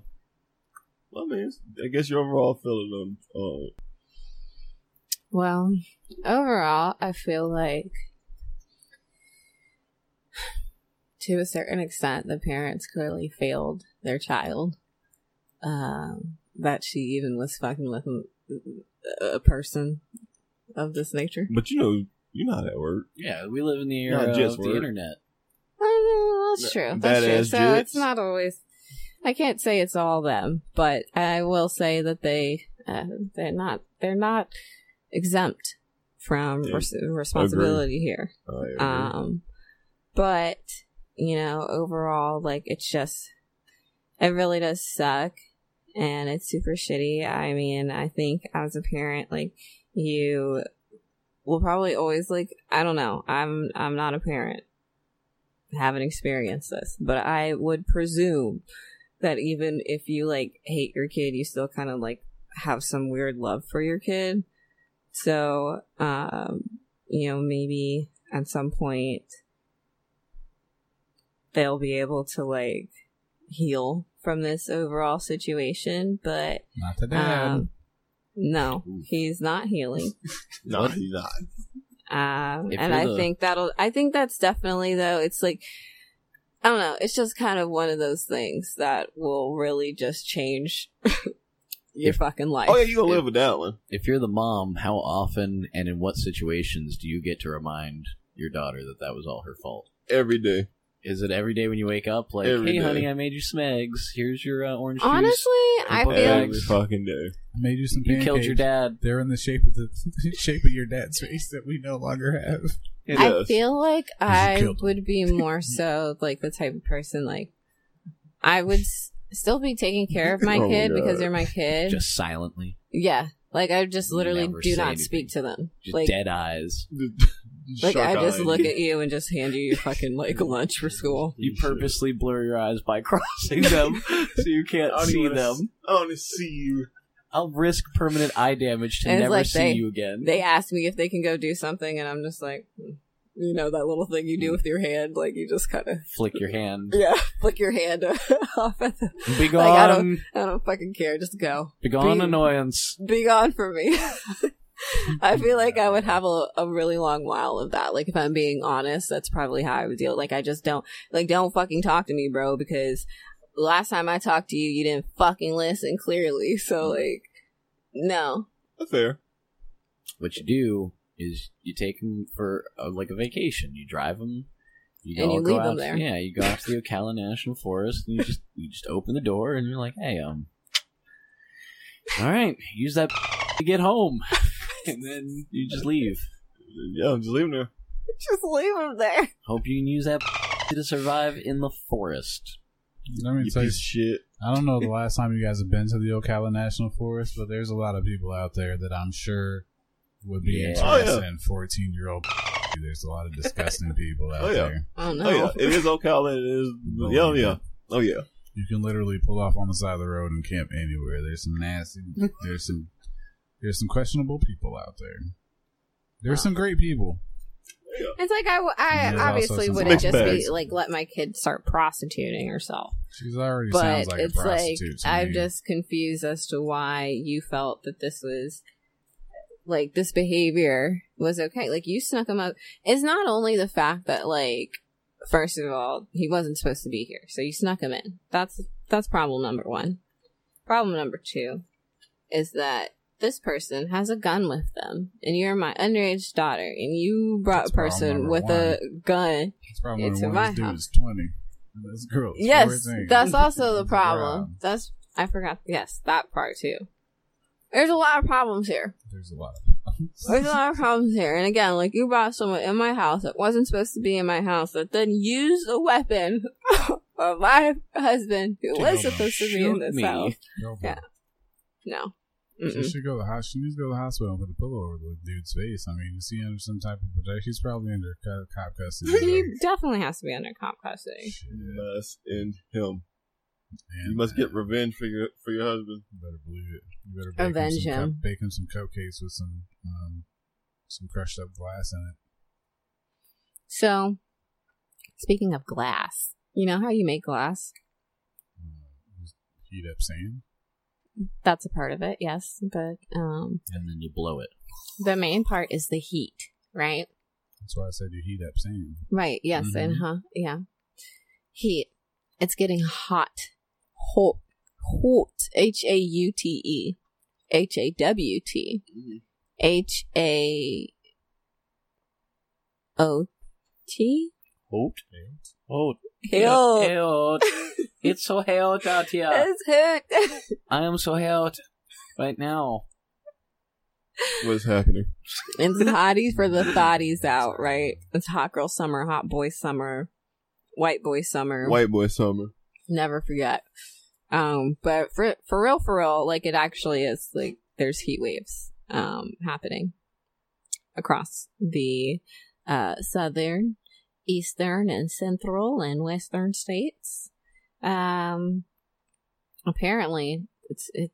S6: well, I mean, it's- I guess your overall feeling on, uh,
S7: Well, overall, I feel like to a certain extent, the parents clearly failed their child. Um, that she even was fucking with m- a person of this nature.
S6: but you know, you know how that works.
S1: Yeah, we live in the
S6: Not
S1: era
S6: just
S1: of the
S6: work.
S1: internet.
S7: Oh, that's
S6: Yeah,
S7: true. That's true.
S6: badass
S7: So
S6: jits.
S7: it's not always. I can't say it's all them, but I will say that they uh, they're not they're not exempt from
S6: Yeah,
S7: res- responsibility here.
S6: I agree.
S3: Uh,
S7: Um, but you know, overall, like it's just it really does suck, and it's super shitty. I mean, I think as a parent, like you will probably always like I don't know. I'm I'm not a parent, haven't experienced this, but I would presume that even if you like hate your kid, you still kind of like have some weird love for your kid. So, um, you know, maybe at some point they'll be able to like heal from this overall situation, but
S2: Not the dad.
S7: um, no, he's not healing.
S6: no, he's not.
S7: Um,
S1: If
S7: and
S1: you're
S7: I
S1: the-
S7: think that'll, I think that's definitely though, it's like, I don't know, it's just kind of one of those things that will really just change your
S1: If-
S7: fucking life.
S6: Oh yeah, you gonna live with that one.
S1: If you're the mom, how often and in what situations do you get to remind your daughter that that was all her fault?
S6: Every day.
S1: Is it every day when you wake up, like,
S6: Every
S1: "Hey,
S6: day.
S1: honey, I made you some eggs. Here's your uh, orange
S7: Honestly,
S1: juice.
S7: I
S1: People
S7: feel
S6: Every
S1: Yeah.
S6: fucking day.
S2: I made you some
S1: You
S2: pancakes.
S1: killed your dad."
S2: They're in the shape of the, the shape of your dad's face that we no longer have.
S7: I
S6: Yes.
S7: feel like I
S2: killed him.
S7: would be more so like the type of person like I would s- still be taking care of my
S6: Oh,
S7: kid because
S6: God.
S7: they're my kid.
S1: Just silently,
S7: yeah, like I just
S1: You
S7: literally
S1: never
S7: do
S1: say
S7: not
S1: anything.
S7: speak to them.
S1: just
S7: like
S1: dead eyes.
S6: The-
S3: Like
S6: shark
S3: I just
S6: eye.
S3: look at you and just hand you your fucking like lunch for school.
S1: You purposely blur your eyes by crossing them so you can't
S6: I don't
S1: see
S6: even wanna
S1: them.
S6: s- I want to see you.
S1: I'll risk permanent eye damage to
S3: And it's
S1: never
S3: like
S1: see
S3: they-
S1: you again.
S3: They asked me if they can go do something, and I'm just like, mm. you know, that little thing you do with your hand, like you just kind of
S1: Flick your hand.
S3: yeah, flick your hand off. At the,
S1: Be
S3: Like, I
S1: gone.
S3: I don't fucking care. Just go.
S1: Be gone
S3: be-
S1: annoyance.
S3: be gone for me. I feel like I would have a, a really long while of that. Like, if I'm being honest, that's probably how I would deal. Like, I just don't, like, don't fucking talk to me, bro, because last time I talked to you, you didn't fucking listen clearly. So, like, no.
S6: That's fair.
S1: What you do is you take them for uh, like a vacation. You drive them. You
S3: And
S1: all
S3: you
S1: go
S3: leave
S1: out,
S3: 'em there.
S1: Yeah, you go out to the Ocala National Forest and you just you just open the door and you're like, hey, um, all right, use that to get home, and then you just leave.
S6: Yeah, I'm just leaving her.
S3: Just leave him there.
S1: Hope you can use that to survive in the forest.
S2: Let me
S6: You
S2: tell you,
S6: piece of shit.
S2: I don't know the last time you guys have been to the Ocala National Forest, but there's a lot of people out there that I'm sure would be
S1: Yeah.
S6: Oh, yeah.
S2: interested in 14 year old. There's a lot of disgusting people out
S6: Oh, yeah.
S2: there.
S3: I don't know.
S6: Oh yeah, it is Ocala. It is. Yeah, oh, yeah. Oh yeah.
S2: You can literally pull off on the side of the road and camp anywhere. There's some nasty. There's some. There's some questionable people out there. There's some great people.
S7: It's like I, w- I
S2: Yeah,
S7: obviously
S2: also
S7: wouldn't
S6: some
S7: just be
S6: bags.
S7: like let my kid start prostituting herself,
S2: She's already
S7: but
S2: sounds like
S7: it's
S2: a
S7: like
S2: prostitute. to
S7: I'm
S2: me.
S7: just confused as to why you felt that this was like this behavior was okay. Like you snuck him up. It's not only the fact that like first of all he wasn't supposed to be here, so you snuck him in. That's that's problem number one. Problem number two is that this person has a gun with them, and you're my underage daughter, and you brought
S2: That's
S7: a
S2: problem
S7: person
S2: number
S7: with a gun
S2: It's probably
S7: It's
S2: one
S7: my
S2: of these
S7: house.
S2: dudes twenty. And This girl. is
S7: Yes,
S2: 14.
S7: that's also the
S2: It's a
S7: problem.
S2: problem.
S7: That's I forgot. Yes, that part too. There's a lot of problems here.
S2: There's a lot
S7: There's
S2: of.
S7: a lot of problems here. And again, like you brought someone in my house that wasn't supposed to be in my house that then used a weapon of my husband who
S1: To
S7: was
S1: go
S7: supposed to be
S1: shoot
S7: in this
S1: me.
S7: house.
S2: Girl,
S7: Yeah. No.
S2: She
S7: Mm-mm.
S2: should go to the hospital. She needs to go to the hospital and put a pillow over the dude's face. I mean, is he under some type of protection? He's probably under co- cop custody.
S7: He
S2: though.
S7: definitely has to be under comp custody.
S2: Shit,
S6: Must end him. You
S2: man.
S6: must get revenge for your for your husband.
S2: You better believe it. You better bake
S7: Avenge
S2: him. Some
S7: him.
S2: cup- bake him some cupcakes with some um, some crushed up glass in it.
S7: So, speaking of glass, you know how you make glass?
S2: Uh, just heat up sand.
S7: That's a part of it, yes. But um,
S1: And then you blow it.
S7: the main part is the heat, right?
S2: That's why I said you heat up sand.
S7: Right. Yes. And huh. Yeah. Heat. It's getting hot. Hot. Hot. H a u t e. H a w t. H a o t.
S1: Hot. Hot.
S7: Hot.
S1: Hot. Oh, It's so hot out here.
S7: It's hot.
S1: I am so hot right now.
S6: What's happening?
S7: it's hotties for the thotties out. Right. It's hot girl summer. Hot boy summer. White boy summer.
S6: White boy summer.
S7: never forget. Um, but for for real, for real, like it actually is like there's heat waves um happening across the uh southern, eastern, and central and western states. Um, apparently it's it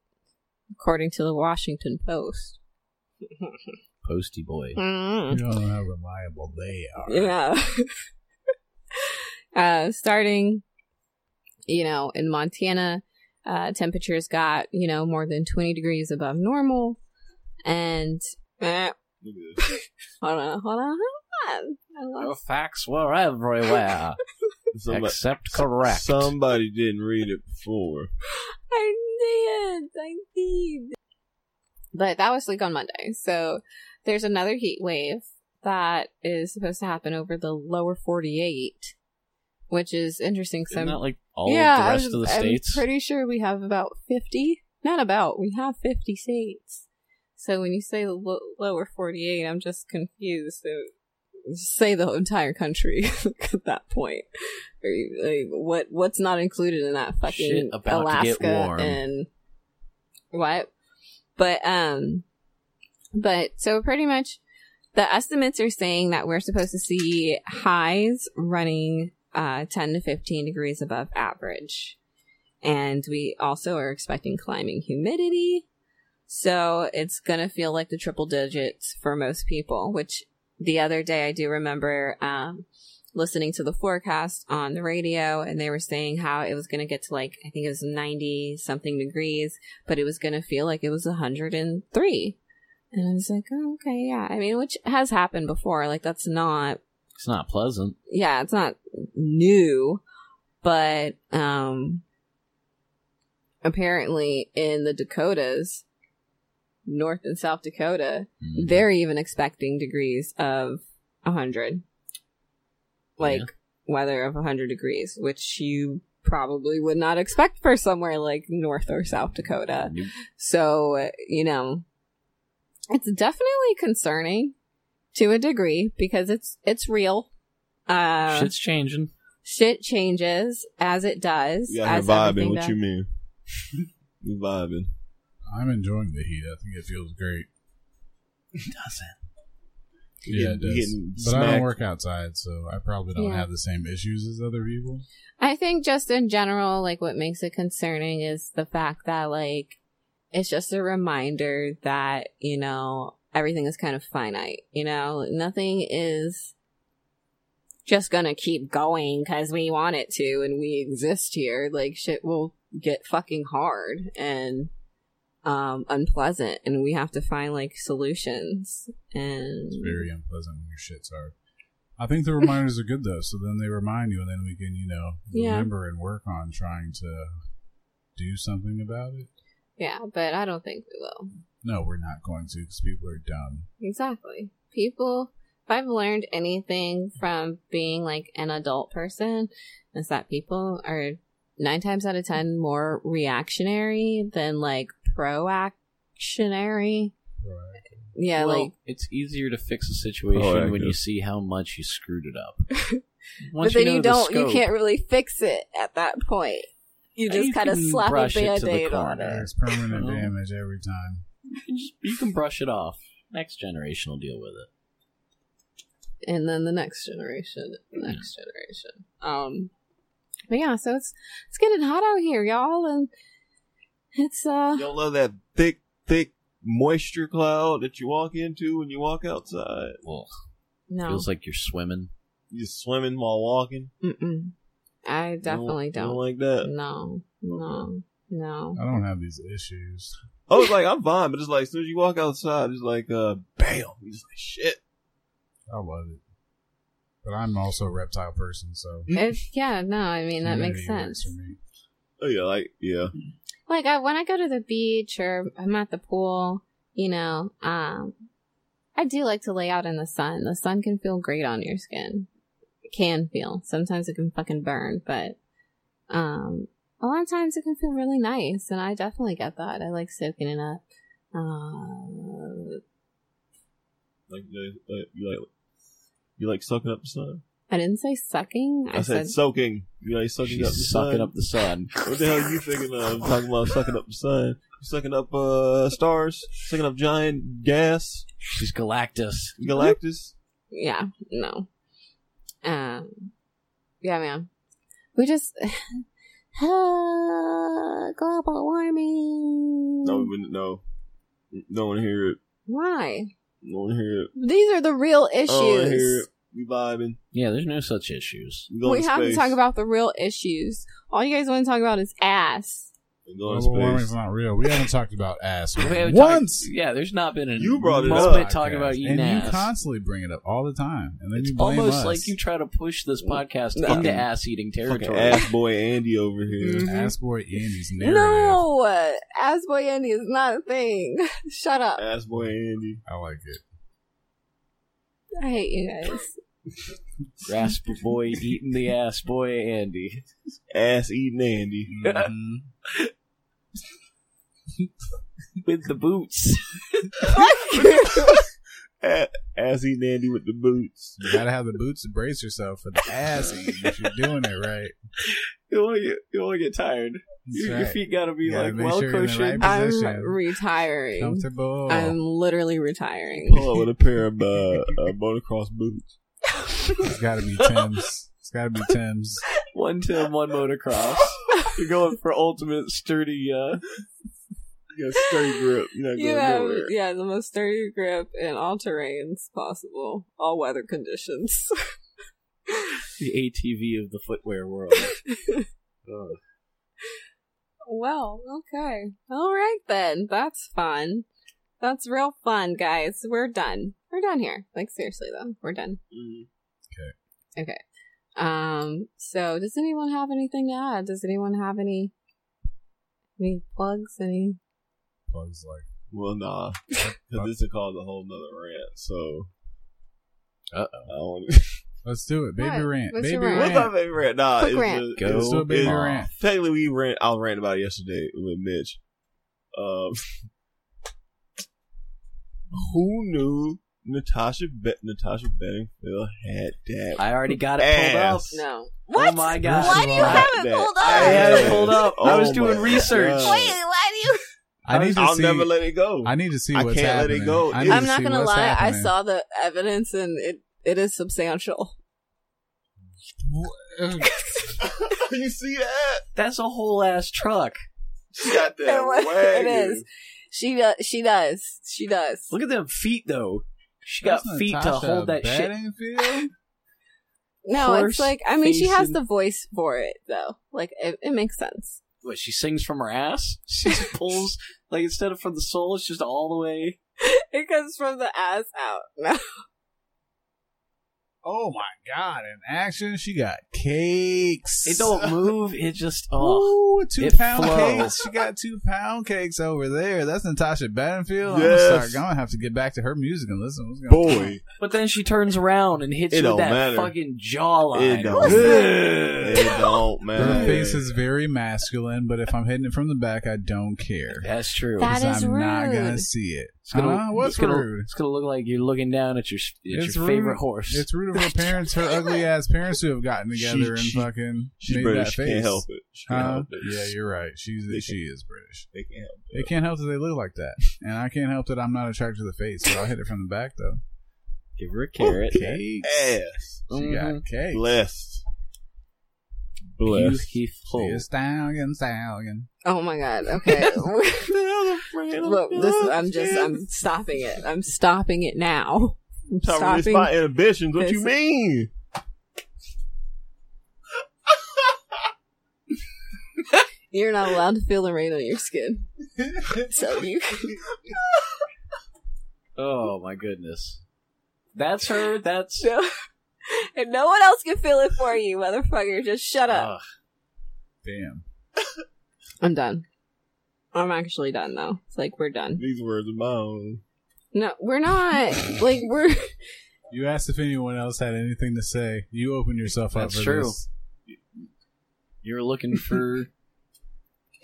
S7: according to the Washington Post.
S1: Posty boy.
S7: Mm.
S2: You don't know how reliable they are.
S7: Yeah. uh, starting, you know, in Montana, uh, temperatures got, you know, more than 20 degrees above normal. And, eh,
S6: Look at this.
S7: hold on, hold on, hold on. I
S1: The
S7: lost-
S1: facts were everywhere
S6: Somebody,
S1: except correct.
S6: somebody didn't read it before.
S1: Oh.
S7: I did. I did. But that was like on Monday. So there's another heat wave that is supposed to happen over the lower 48, which is interesting. So
S1: Isn't that like all of
S7: I
S1: the rest
S7: was-
S1: of the states?
S7: I'm pretty sure we have about 50. Not about, we have 50 states. So when you say the lo- lower 48, I'm just confused. So just say the entire country at that point. Or you- like, what what's not included in that fucking
S1: Shit about to
S7: Alaska
S1: get warm.
S7: and what? But um but so pretty much the estimates are saying that we're supposed to see highs running uh, 10 to 15 degrees above average. And we also are expecting climbing humidity. So it's going to feel like the triple digits for most people, which the other day I do remember um, listening to the forecast on the radio and they were saying how it was going to get to like, I think it was 90 something degrees, but it was going to feel like it was 103. And I was like, oh, okay, yeah. I mean, which has happened before. Like, that's not
S1: It's not pleasant.
S7: yeah, it's not new, but um apparently in the Dakotas, North and South Dakota, they're even expecting degrees of 100. Like
S1: Yeah.
S7: weather of 100 degrees, which you probably would not expect for somewhere like North or South Dakota.
S1: Nope.
S7: So, uh, you know, it's definitely concerning to a degree because it's it's real. Uh, shit.
S1: Shit's changing.
S7: changes as it does.
S6: Yeah,
S7: as
S6: you're vibing.
S7: everything
S6: What
S7: does.
S6: you mean? you vibing.
S2: I'm enjoying the heat. I think it feels great.
S1: It doesn't.
S2: Yeah, it
S6: You're
S2: does.
S6: getting
S2: But I don't
S6: smacked.
S2: work outside, so I probably don't
S7: Yeah.
S2: have the same issues as other people.
S7: I think just in general, like what makes it concerning is the fact that like it's just a reminder that you know everything is kind of finite. You know, nothing is just gonna keep going because we want it to and we exist here. Like shit will get fucking hard and um unpleasant, and we have to find like solutions and
S2: It's very unpleasant when your shit's hard. I think the reminders are good though, so then they remind you, and then we can, you know,
S7: Yeah.
S2: remember and work on trying to do something about it.
S7: yeah. But I don't think we will.
S2: No, we're not going to because people are dumb.
S7: Exactly. People, if I've learned anything from being like an adult person, is that people are nine times out of ten more reactionary than like proactionary.
S2: Right.
S7: Yeah,
S1: Well,
S7: like,
S1: it's easier to fix a situation
S6: Proactive.
S1: when you see how much you screwed it up.
S7: but
S1: Once
S7: then you,
S1: know the
S7: don't, you
S1: scope,
S7: can't really fix it at that point. You
S1: Uh,
S7: just
S1: you
S7: kind of
S1: can
S7: slap a
S1: brush it to the
S7: band aid on
S1: corner.
S7: it.
S2: There's permanent
S1: Oh.
S2: damage every time.
S1: you can just- you can brush it off. Next generation will deal with it.
S7: and then the next generation, the next generation. Um, but yeah, so it's it's getting hot out here, y'all, and it's uh,
S6: You don't love that thick, thick moisture cloud that you walk into when you walk outside.
S1: Well,
S7: no,
S1: feels like you're swimming.
S6: You swimming while walking.
S7: Mm-mm. I definitely
S6: You
S7: don't.
S6: like that.
S7: No, no, no.
S6: Um,
S2: I don't have these issues.
S6: I was like, I'm fine, but Oh, it's like as soon as you walk outside, it's like, uh, bam. You're just like, shit.
S2: I love it, but I'm also a reptile person, so
S7: It's, yeah, no. I mean that makes
S2: humidity works
S7: sense.
S2: for me.
S6: Oh yeah, like yeah.
S7: Like I, when I go to the beach or I'm at the pool, you know, um, I do like to lay out in the sun. The sun can feel great on your skin. It can feel. Sometimes it can fucking burn, but um, a lot of times it can feel really nice, and I definitely get that. I like soaking it up. Uh,
S6: Like, you like you like you like sucking up the sun.
S7: I didn't say sucking.
S6: I, said, soaking. You like sucking up the
S1: She's sucking
S6: sun.
S1: up the sun.
S6: What the hell are you thinking of? I'm talking about sucking up the sun. You sucking up uh stars, sucking up giant gas,
S1: She's Galactus.
S6: Galactus.
S7: yeah, no. Um, yeah, man. We just global warming.
S6: No, we wouldn't know. No one hear it.
S7: Why?
S6: No one hear it.
S7: These are the real issues.
S6: No one Oh, hear it. We vibing.
S1: Yeah, there's no such issues.
S6: We going
S7: we
S6: to
S7: have
S6: space.
S7: to talk about the real issues. All you guys want to talk about is ass.
S6: We going
S2: Global
S6: to
S2: warming's
S6: space.
S2: not real. We haven't talked about ass
S1: We haven't
S2: once.
S1: talked- yeah, there's not been a
S6: You brought it
S1: moment
S6: up.
S1: talking about E eating
S2: and you
S1: ass.
S2: constantly bring it up all the time, and then
S1: it's
S2: you blame
S1: almost
S2: us.
S1: like you try to push this podcast
S6: Fucking-
S1: into ass eating
S6: Fucking
S1: territory.
S6: ass boy Andy over here.
S7: Mhm.
S2: ass boy E Andy's narrative.
S7: No, ass boy Andy is not a thing. Shut up.
S6: ass boy Andy.
S2: I like it.
S7: I hate you guys.
S1: Rasp boy eating the ass boy Andy.
S6: Ass eating Andy.
S2: Mhm.
S1: With the boots.
S6: Assy Nandy with the boots.
S2: You gotta have the boots to brace yourself for the ass eating if you're doing it right.
S6: You want to get you want to get tired.
S2: That's
S6: your, your
S2: right.
S6: feet got to be
S2: Gotta
S6: like
S2: make
S6: well
S2: sure you're in the
S6: cushioned.
S2: right
S7: I'm
S2: Position.
S7: retiring.
S2: Comfortable.
S7: I'm literally retiring.
S6: Pull up with a pair of uh, uh, motocross boots.
S2: It's gotta be Tim's. It's gotta be Tim's.
S6: One Tim, one motocross. You're going for ultimate sturdy. uh you got sturdy grip. You're not
S7: You
S6: going
S7: have,
S6: nowhere.
S7: yeah, the most sturdy grip in all terrains possible, all weather conditions.
S1: The ATV of the footwear world.
S7: well, okay. All right, then. That's fun. That's real fun, guys. We're done. We're done here. Like, seriously, though. We're done.
S1: Mm.
S7: Okay. Okay. Um, so does anyone have anything to add? Does anyone have any, any plugs? Any?
S2: Bugs like,
S6: Well, nah, because this would cause a whole nother rant. So,
S2: Uh-oh.
S6: I don't-
S2: let's do it. Baby
S8: What?
S2: rant.
S8: What's
S2: baby
S8: your rant?
S6: What's
S2: rant.
S6: my favorite rant? Nah,
S8: Quick
S6: it's
S8: rant.
S6: just-
S1: Go
S2: Let's do a baby
S6: it's-
S2: rant.
S6: Technically, we rant. I was ranting about it yesterday with Mitch. Um, who knew Natasha Be- Natasha Bedingfield had that?
S1: I already got it pulled up.
S6: ass?
S7: No.
S1: Oh my god.
S8: Why do you
S1: I-
S8: have it
S6: That
S8: pulled up?
S1: I had it pulled up. I
S6: Oh
S1: was doing
S6: my
S1: research.
S6: God.
S8: Wait, why do you?
S2: I need to
S6: I'll
S2: see.
S6: never let it go.
S2: I need to see
S6: I
S2: what's
S6: can't let it
S2: happening.
S6: go.
S2: I need
S7: I'm
S2: to
S7: not
S2: see
S7: gonna
S2: what's
S7: lie. I
S2: happening.
S7: saw the evidence, and it it is substantial.
S6: you see that?
S1: That's a whole ass truck.
S6: She got
S7: It was-
S6: that
S7: it
S6: wagon.
S7: is. She does. She does. She does.
S1: Look at them feet though. She got
S2: That's
S1: feet to
S2: Natasha
S1: hold that shit.
S2: Bedingfield?
S7: No,
S1: Horse
S7: it's like I mean, she has
S1: facing-
S7: the voice for it though. Like it, it makes sense.
S1: What she sings from her ass? She just pulls like instead of from the soul, it's just all the way.
S7: It comes from the ass out. No,
S2: Oh my god! In action, she got cakes.
S1: It don't move. It just oh.
S2: Ooh, two
S1: it
S2: pound
S1: flows.
S2: cakes. She got two pound cakes over there. That's Natasha Bedingfield. I'm gonna,
S6: Yes.
S2: start, I'm gonna have to get back to her music and listen. What's going on?
S6: Boy,
S1: But then she turns around and hits
S6: It
S1: you
S6: don't
S1: with that
S6: matter.
S1: fucking jawline.
S6: it don't. It don't
S2: Her
S6: man.
S2: face is very masculine, but if I'm hitting it from the back, I don't care.
S1: That's true.
S8: That
S2: 'Cause
S8: is
S2: I'm not
S8: rude.
S2: gonna see it.
S1: It's gonna,
S2: Huh? Uh-huh, What's
S1: it's gonna,
S2: rude?
S1: It's gonna look like you're looking down at your at
S2: It's
S1: your
S2: rude.
S1: favorite horse.
S2: It's rude of her parents, her ugly ass parents, to have gotten
S6: She-
S2: together and
S6: she-
S2: fucking
S6: She's
S2: made
S6: British.
S2: that
S6: She
S2: face.
S6: can't help it. She can't
S1: Uh,
S2: Huh?
S6: help it.
S2: Yeah, you're right. She's
S6: They
S2: she is British.
S6: They can't help
S2: They
S6: it.
S2: can't help that they look like that, and I can't help that I'm not attracted to the face. So I hit it from the back though.
S1: Give her a carrot.
S2: Cakes.
S6: Ass.
S2: She
S1: Mm-hmm.
S2: got cakes.
S6: Blessed. Blessed.
S2: She
S1: Beautiful.
S2: a stallion, stallion.
S7: Oh my god. Okay. Look, this I'm just I'm stopping it. I'm stopping it now. I'm
S6: Trying to release
S7: stopping.
S6: my inhibitions. What you
S7: this.
S6: mean?
S7: You're not allowed to feel the rain on your skin. So you
S1: Oh my goodness. That's her. That's
S7: no, and no one else can feel it for you, motherfucker. Just shut up.
S1: Ugh.
S2: Damn.
S7: I'm done. I'm actually done though. It's like we're done.
S6: These words are my own.
S7: No, we're not. like we're
S2: You asked if anyone else had anything to say. You opened yourself up
S1: That's
S2: for
S1: true.
S2: this.
S1: you're looking for.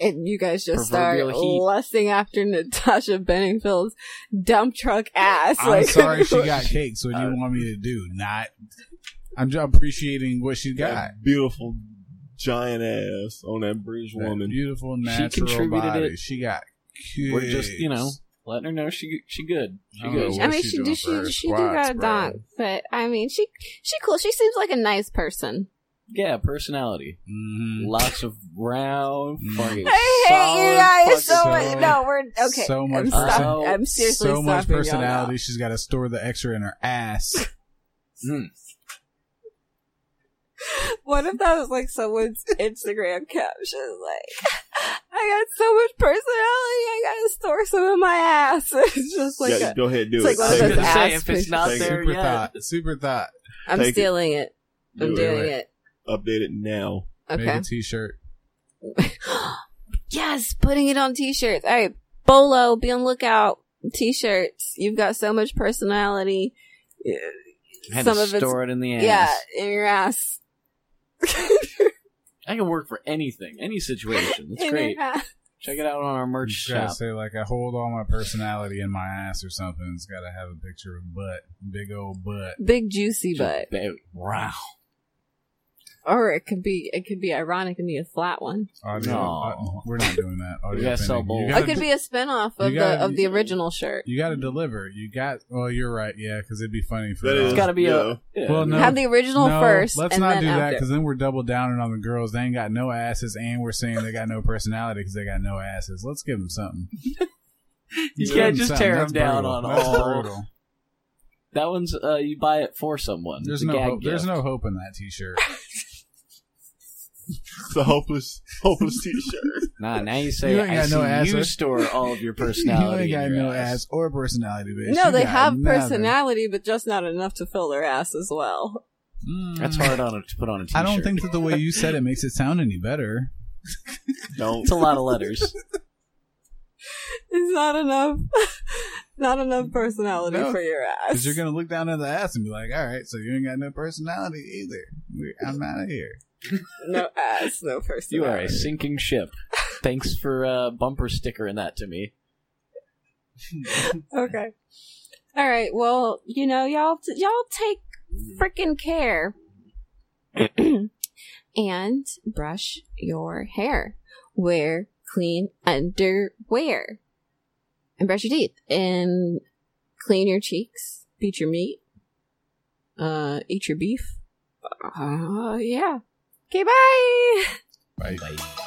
S7: And you guys just start
S1: Proverbial heat.
S7: lusting after Natasha Benningfield's dump truck ass.
S2: I'm
S7: like,
S2: sorry she got cakes. What do you
S1: Uh,
S2: want me to do? Not. I'm just appreciating what she got.
S6: That beautiful giant ass on that bridge
S2: That
S6: woman.
S2: beautiful natural
S1: contributed
S2: body.
S1: it.
S2: She got.
S1: We're just you know
S2: cakes.
S1: letting her know she she good. She
S2: I
S1: good.
S2: don't know
S8: I
S2: What's
S8: mean,
S2: she
S8: she
S2: doing
S8: do
S2: for
S8: she
S2: her
S8: she do got a
S2: squats, bro?
S8: donk, but I mean, she she cool. She seems like a nice person.
S1: Yeah, personality.
S2: Mhm.
S1: Lots of round.
S2: Mm.
S1: fucking
S7: I
S1: solid
S7: hate you guys so
S1: fucking-
S7: much. No, we're okay.
S2: so much
S7: I'm, stop-
S1: person-
S7: I'm seriously
S2: so much
S7: stopping y'all now.
S2: personality. She's got to store the extra in her ass.
S1: Mm.
S7: What if that was like someone's Instagram caption? Like, I got so much personality. I gotta store some in my ass. It's just like
S6: yeah,
S7: a-
S6: go ahead, do
S7: it's
S6: it.
S7: like one
S1: I was
S7: of those
S6: Take it.
S1: gonna say
S7: ass
S1: if it's
S7: pictures.
S1: not
S6: Thank you.
S1: there
S2: super
S1: yet,
S2: thought. Super thought.
S7: I'm
S6: Take it.
S7: stealing it.
S6: Do
S7: I'm
S6: it.
S7: doing
S2: Do
S7: it.
S6: Update it now.
S2: Make
S7: Okay.
S2: a t-shirt.
S8: Yes, putting it on t-shirts. All right, Bolo, be on lookout.
S7: T-shirts. You've got so much personality.
S1: had
S7: Some
S1: to
S7: of it's-
S1: store it in the ass.
S7: Yeah, in your ass.
S1: I can work for anything, any situation. That's
S7: in
S1: great.
S7: your ass.
S1: Check it out on our merch
S2: You gotta
S1: shop.
S2: say like I hold all my personality in my ass or something. It's gotta have a picture of butt, big old butt.
S7: Big juicy butt.
S1: Ba- Wow.
S7: Or it could be it could be ironic and be a flat one.
S2: Audio,
S1: No.
S2: uh, we're not doing that. Audio
S1: gotta sell
S2: opinion.
S1: both.
S2: You
S7: It
S2: gotta,
S7: could be a spinoff of
S2: You
S7: the
S2: gotta-
S7: of the original shirt.
S2: you gotta deliver. You got. Well, you're right. Yeah, because it'd be funny for
S6: That
S2: the-
S6: is-
S1: It's got to be
S6: Yeah.
S1: a. Yeah.
S2: Well, no.
S7: Have the original
S2: no,
S7: first.
S2: Let's
S7: and
S2: not
S7: then
S2: do that
S7: after.
S2: because then we're double downing on the girls. They ain't got no asses, and we're saying they got no personality because they got no asses. Let's give them something.
S1: You
S2: Let's
S1: can't
S2: give
S1: just
S2: something.
S1: tear
S2: That's
S1: 'em down
S2: brutal.
S1: on
S2: That's
S1: all-
S2: brutal.
S1: That one's uh, you buy it for someone.
S2: There's
S1: It's a
S2: no
S1: gag
S2: hope. There's
S1: gift.
S2: no hope in that T-shirt.
S6: It's a hopeless, hopeless T-shirt.
S1: Nah, now you say
S2: You ain't
S1: I
S2: got
S1: see
S2: no ass,
S1: you
S2: huh?
S1: store all of your
S2: you
S1: personality.
S2: ain't got
S1: in your
S2: no
S1: ass.
S2: ass or personality, bitch.
S7: No,
S2: You
S7: they
S2: got
S7: have
S2: nothing.
S7: personality, but just not enough to fill their ass as well.
S2: Mm.
S1: That's hard on a, to put on a T-shirt.
S2: I don't think that the way you said it makes it sound any better.
S6: Don't.
S1: it's a lot of letters.
S7: It's not enough, not enough personality
S2: No,
S7: for your ass.
S2: Because you're going to look down at the ass and be like, all right, so you ain't got no personality either. We- I'm out of here.
S7: no ass, no
S1: You are
S7: personality.
S1: a sinking ship. Thanks for uh, bumper stickering that to me.
S7: Okay. All right. Well, you know, y'all, y'all take freaking care and brush your hair. Wear clean underwear and brush your teeth and clean your cheeks. Beat your meat. Uh, eat your beef. Uh, yeah. Okay. Bye.
S2: Right.
S1: Bye.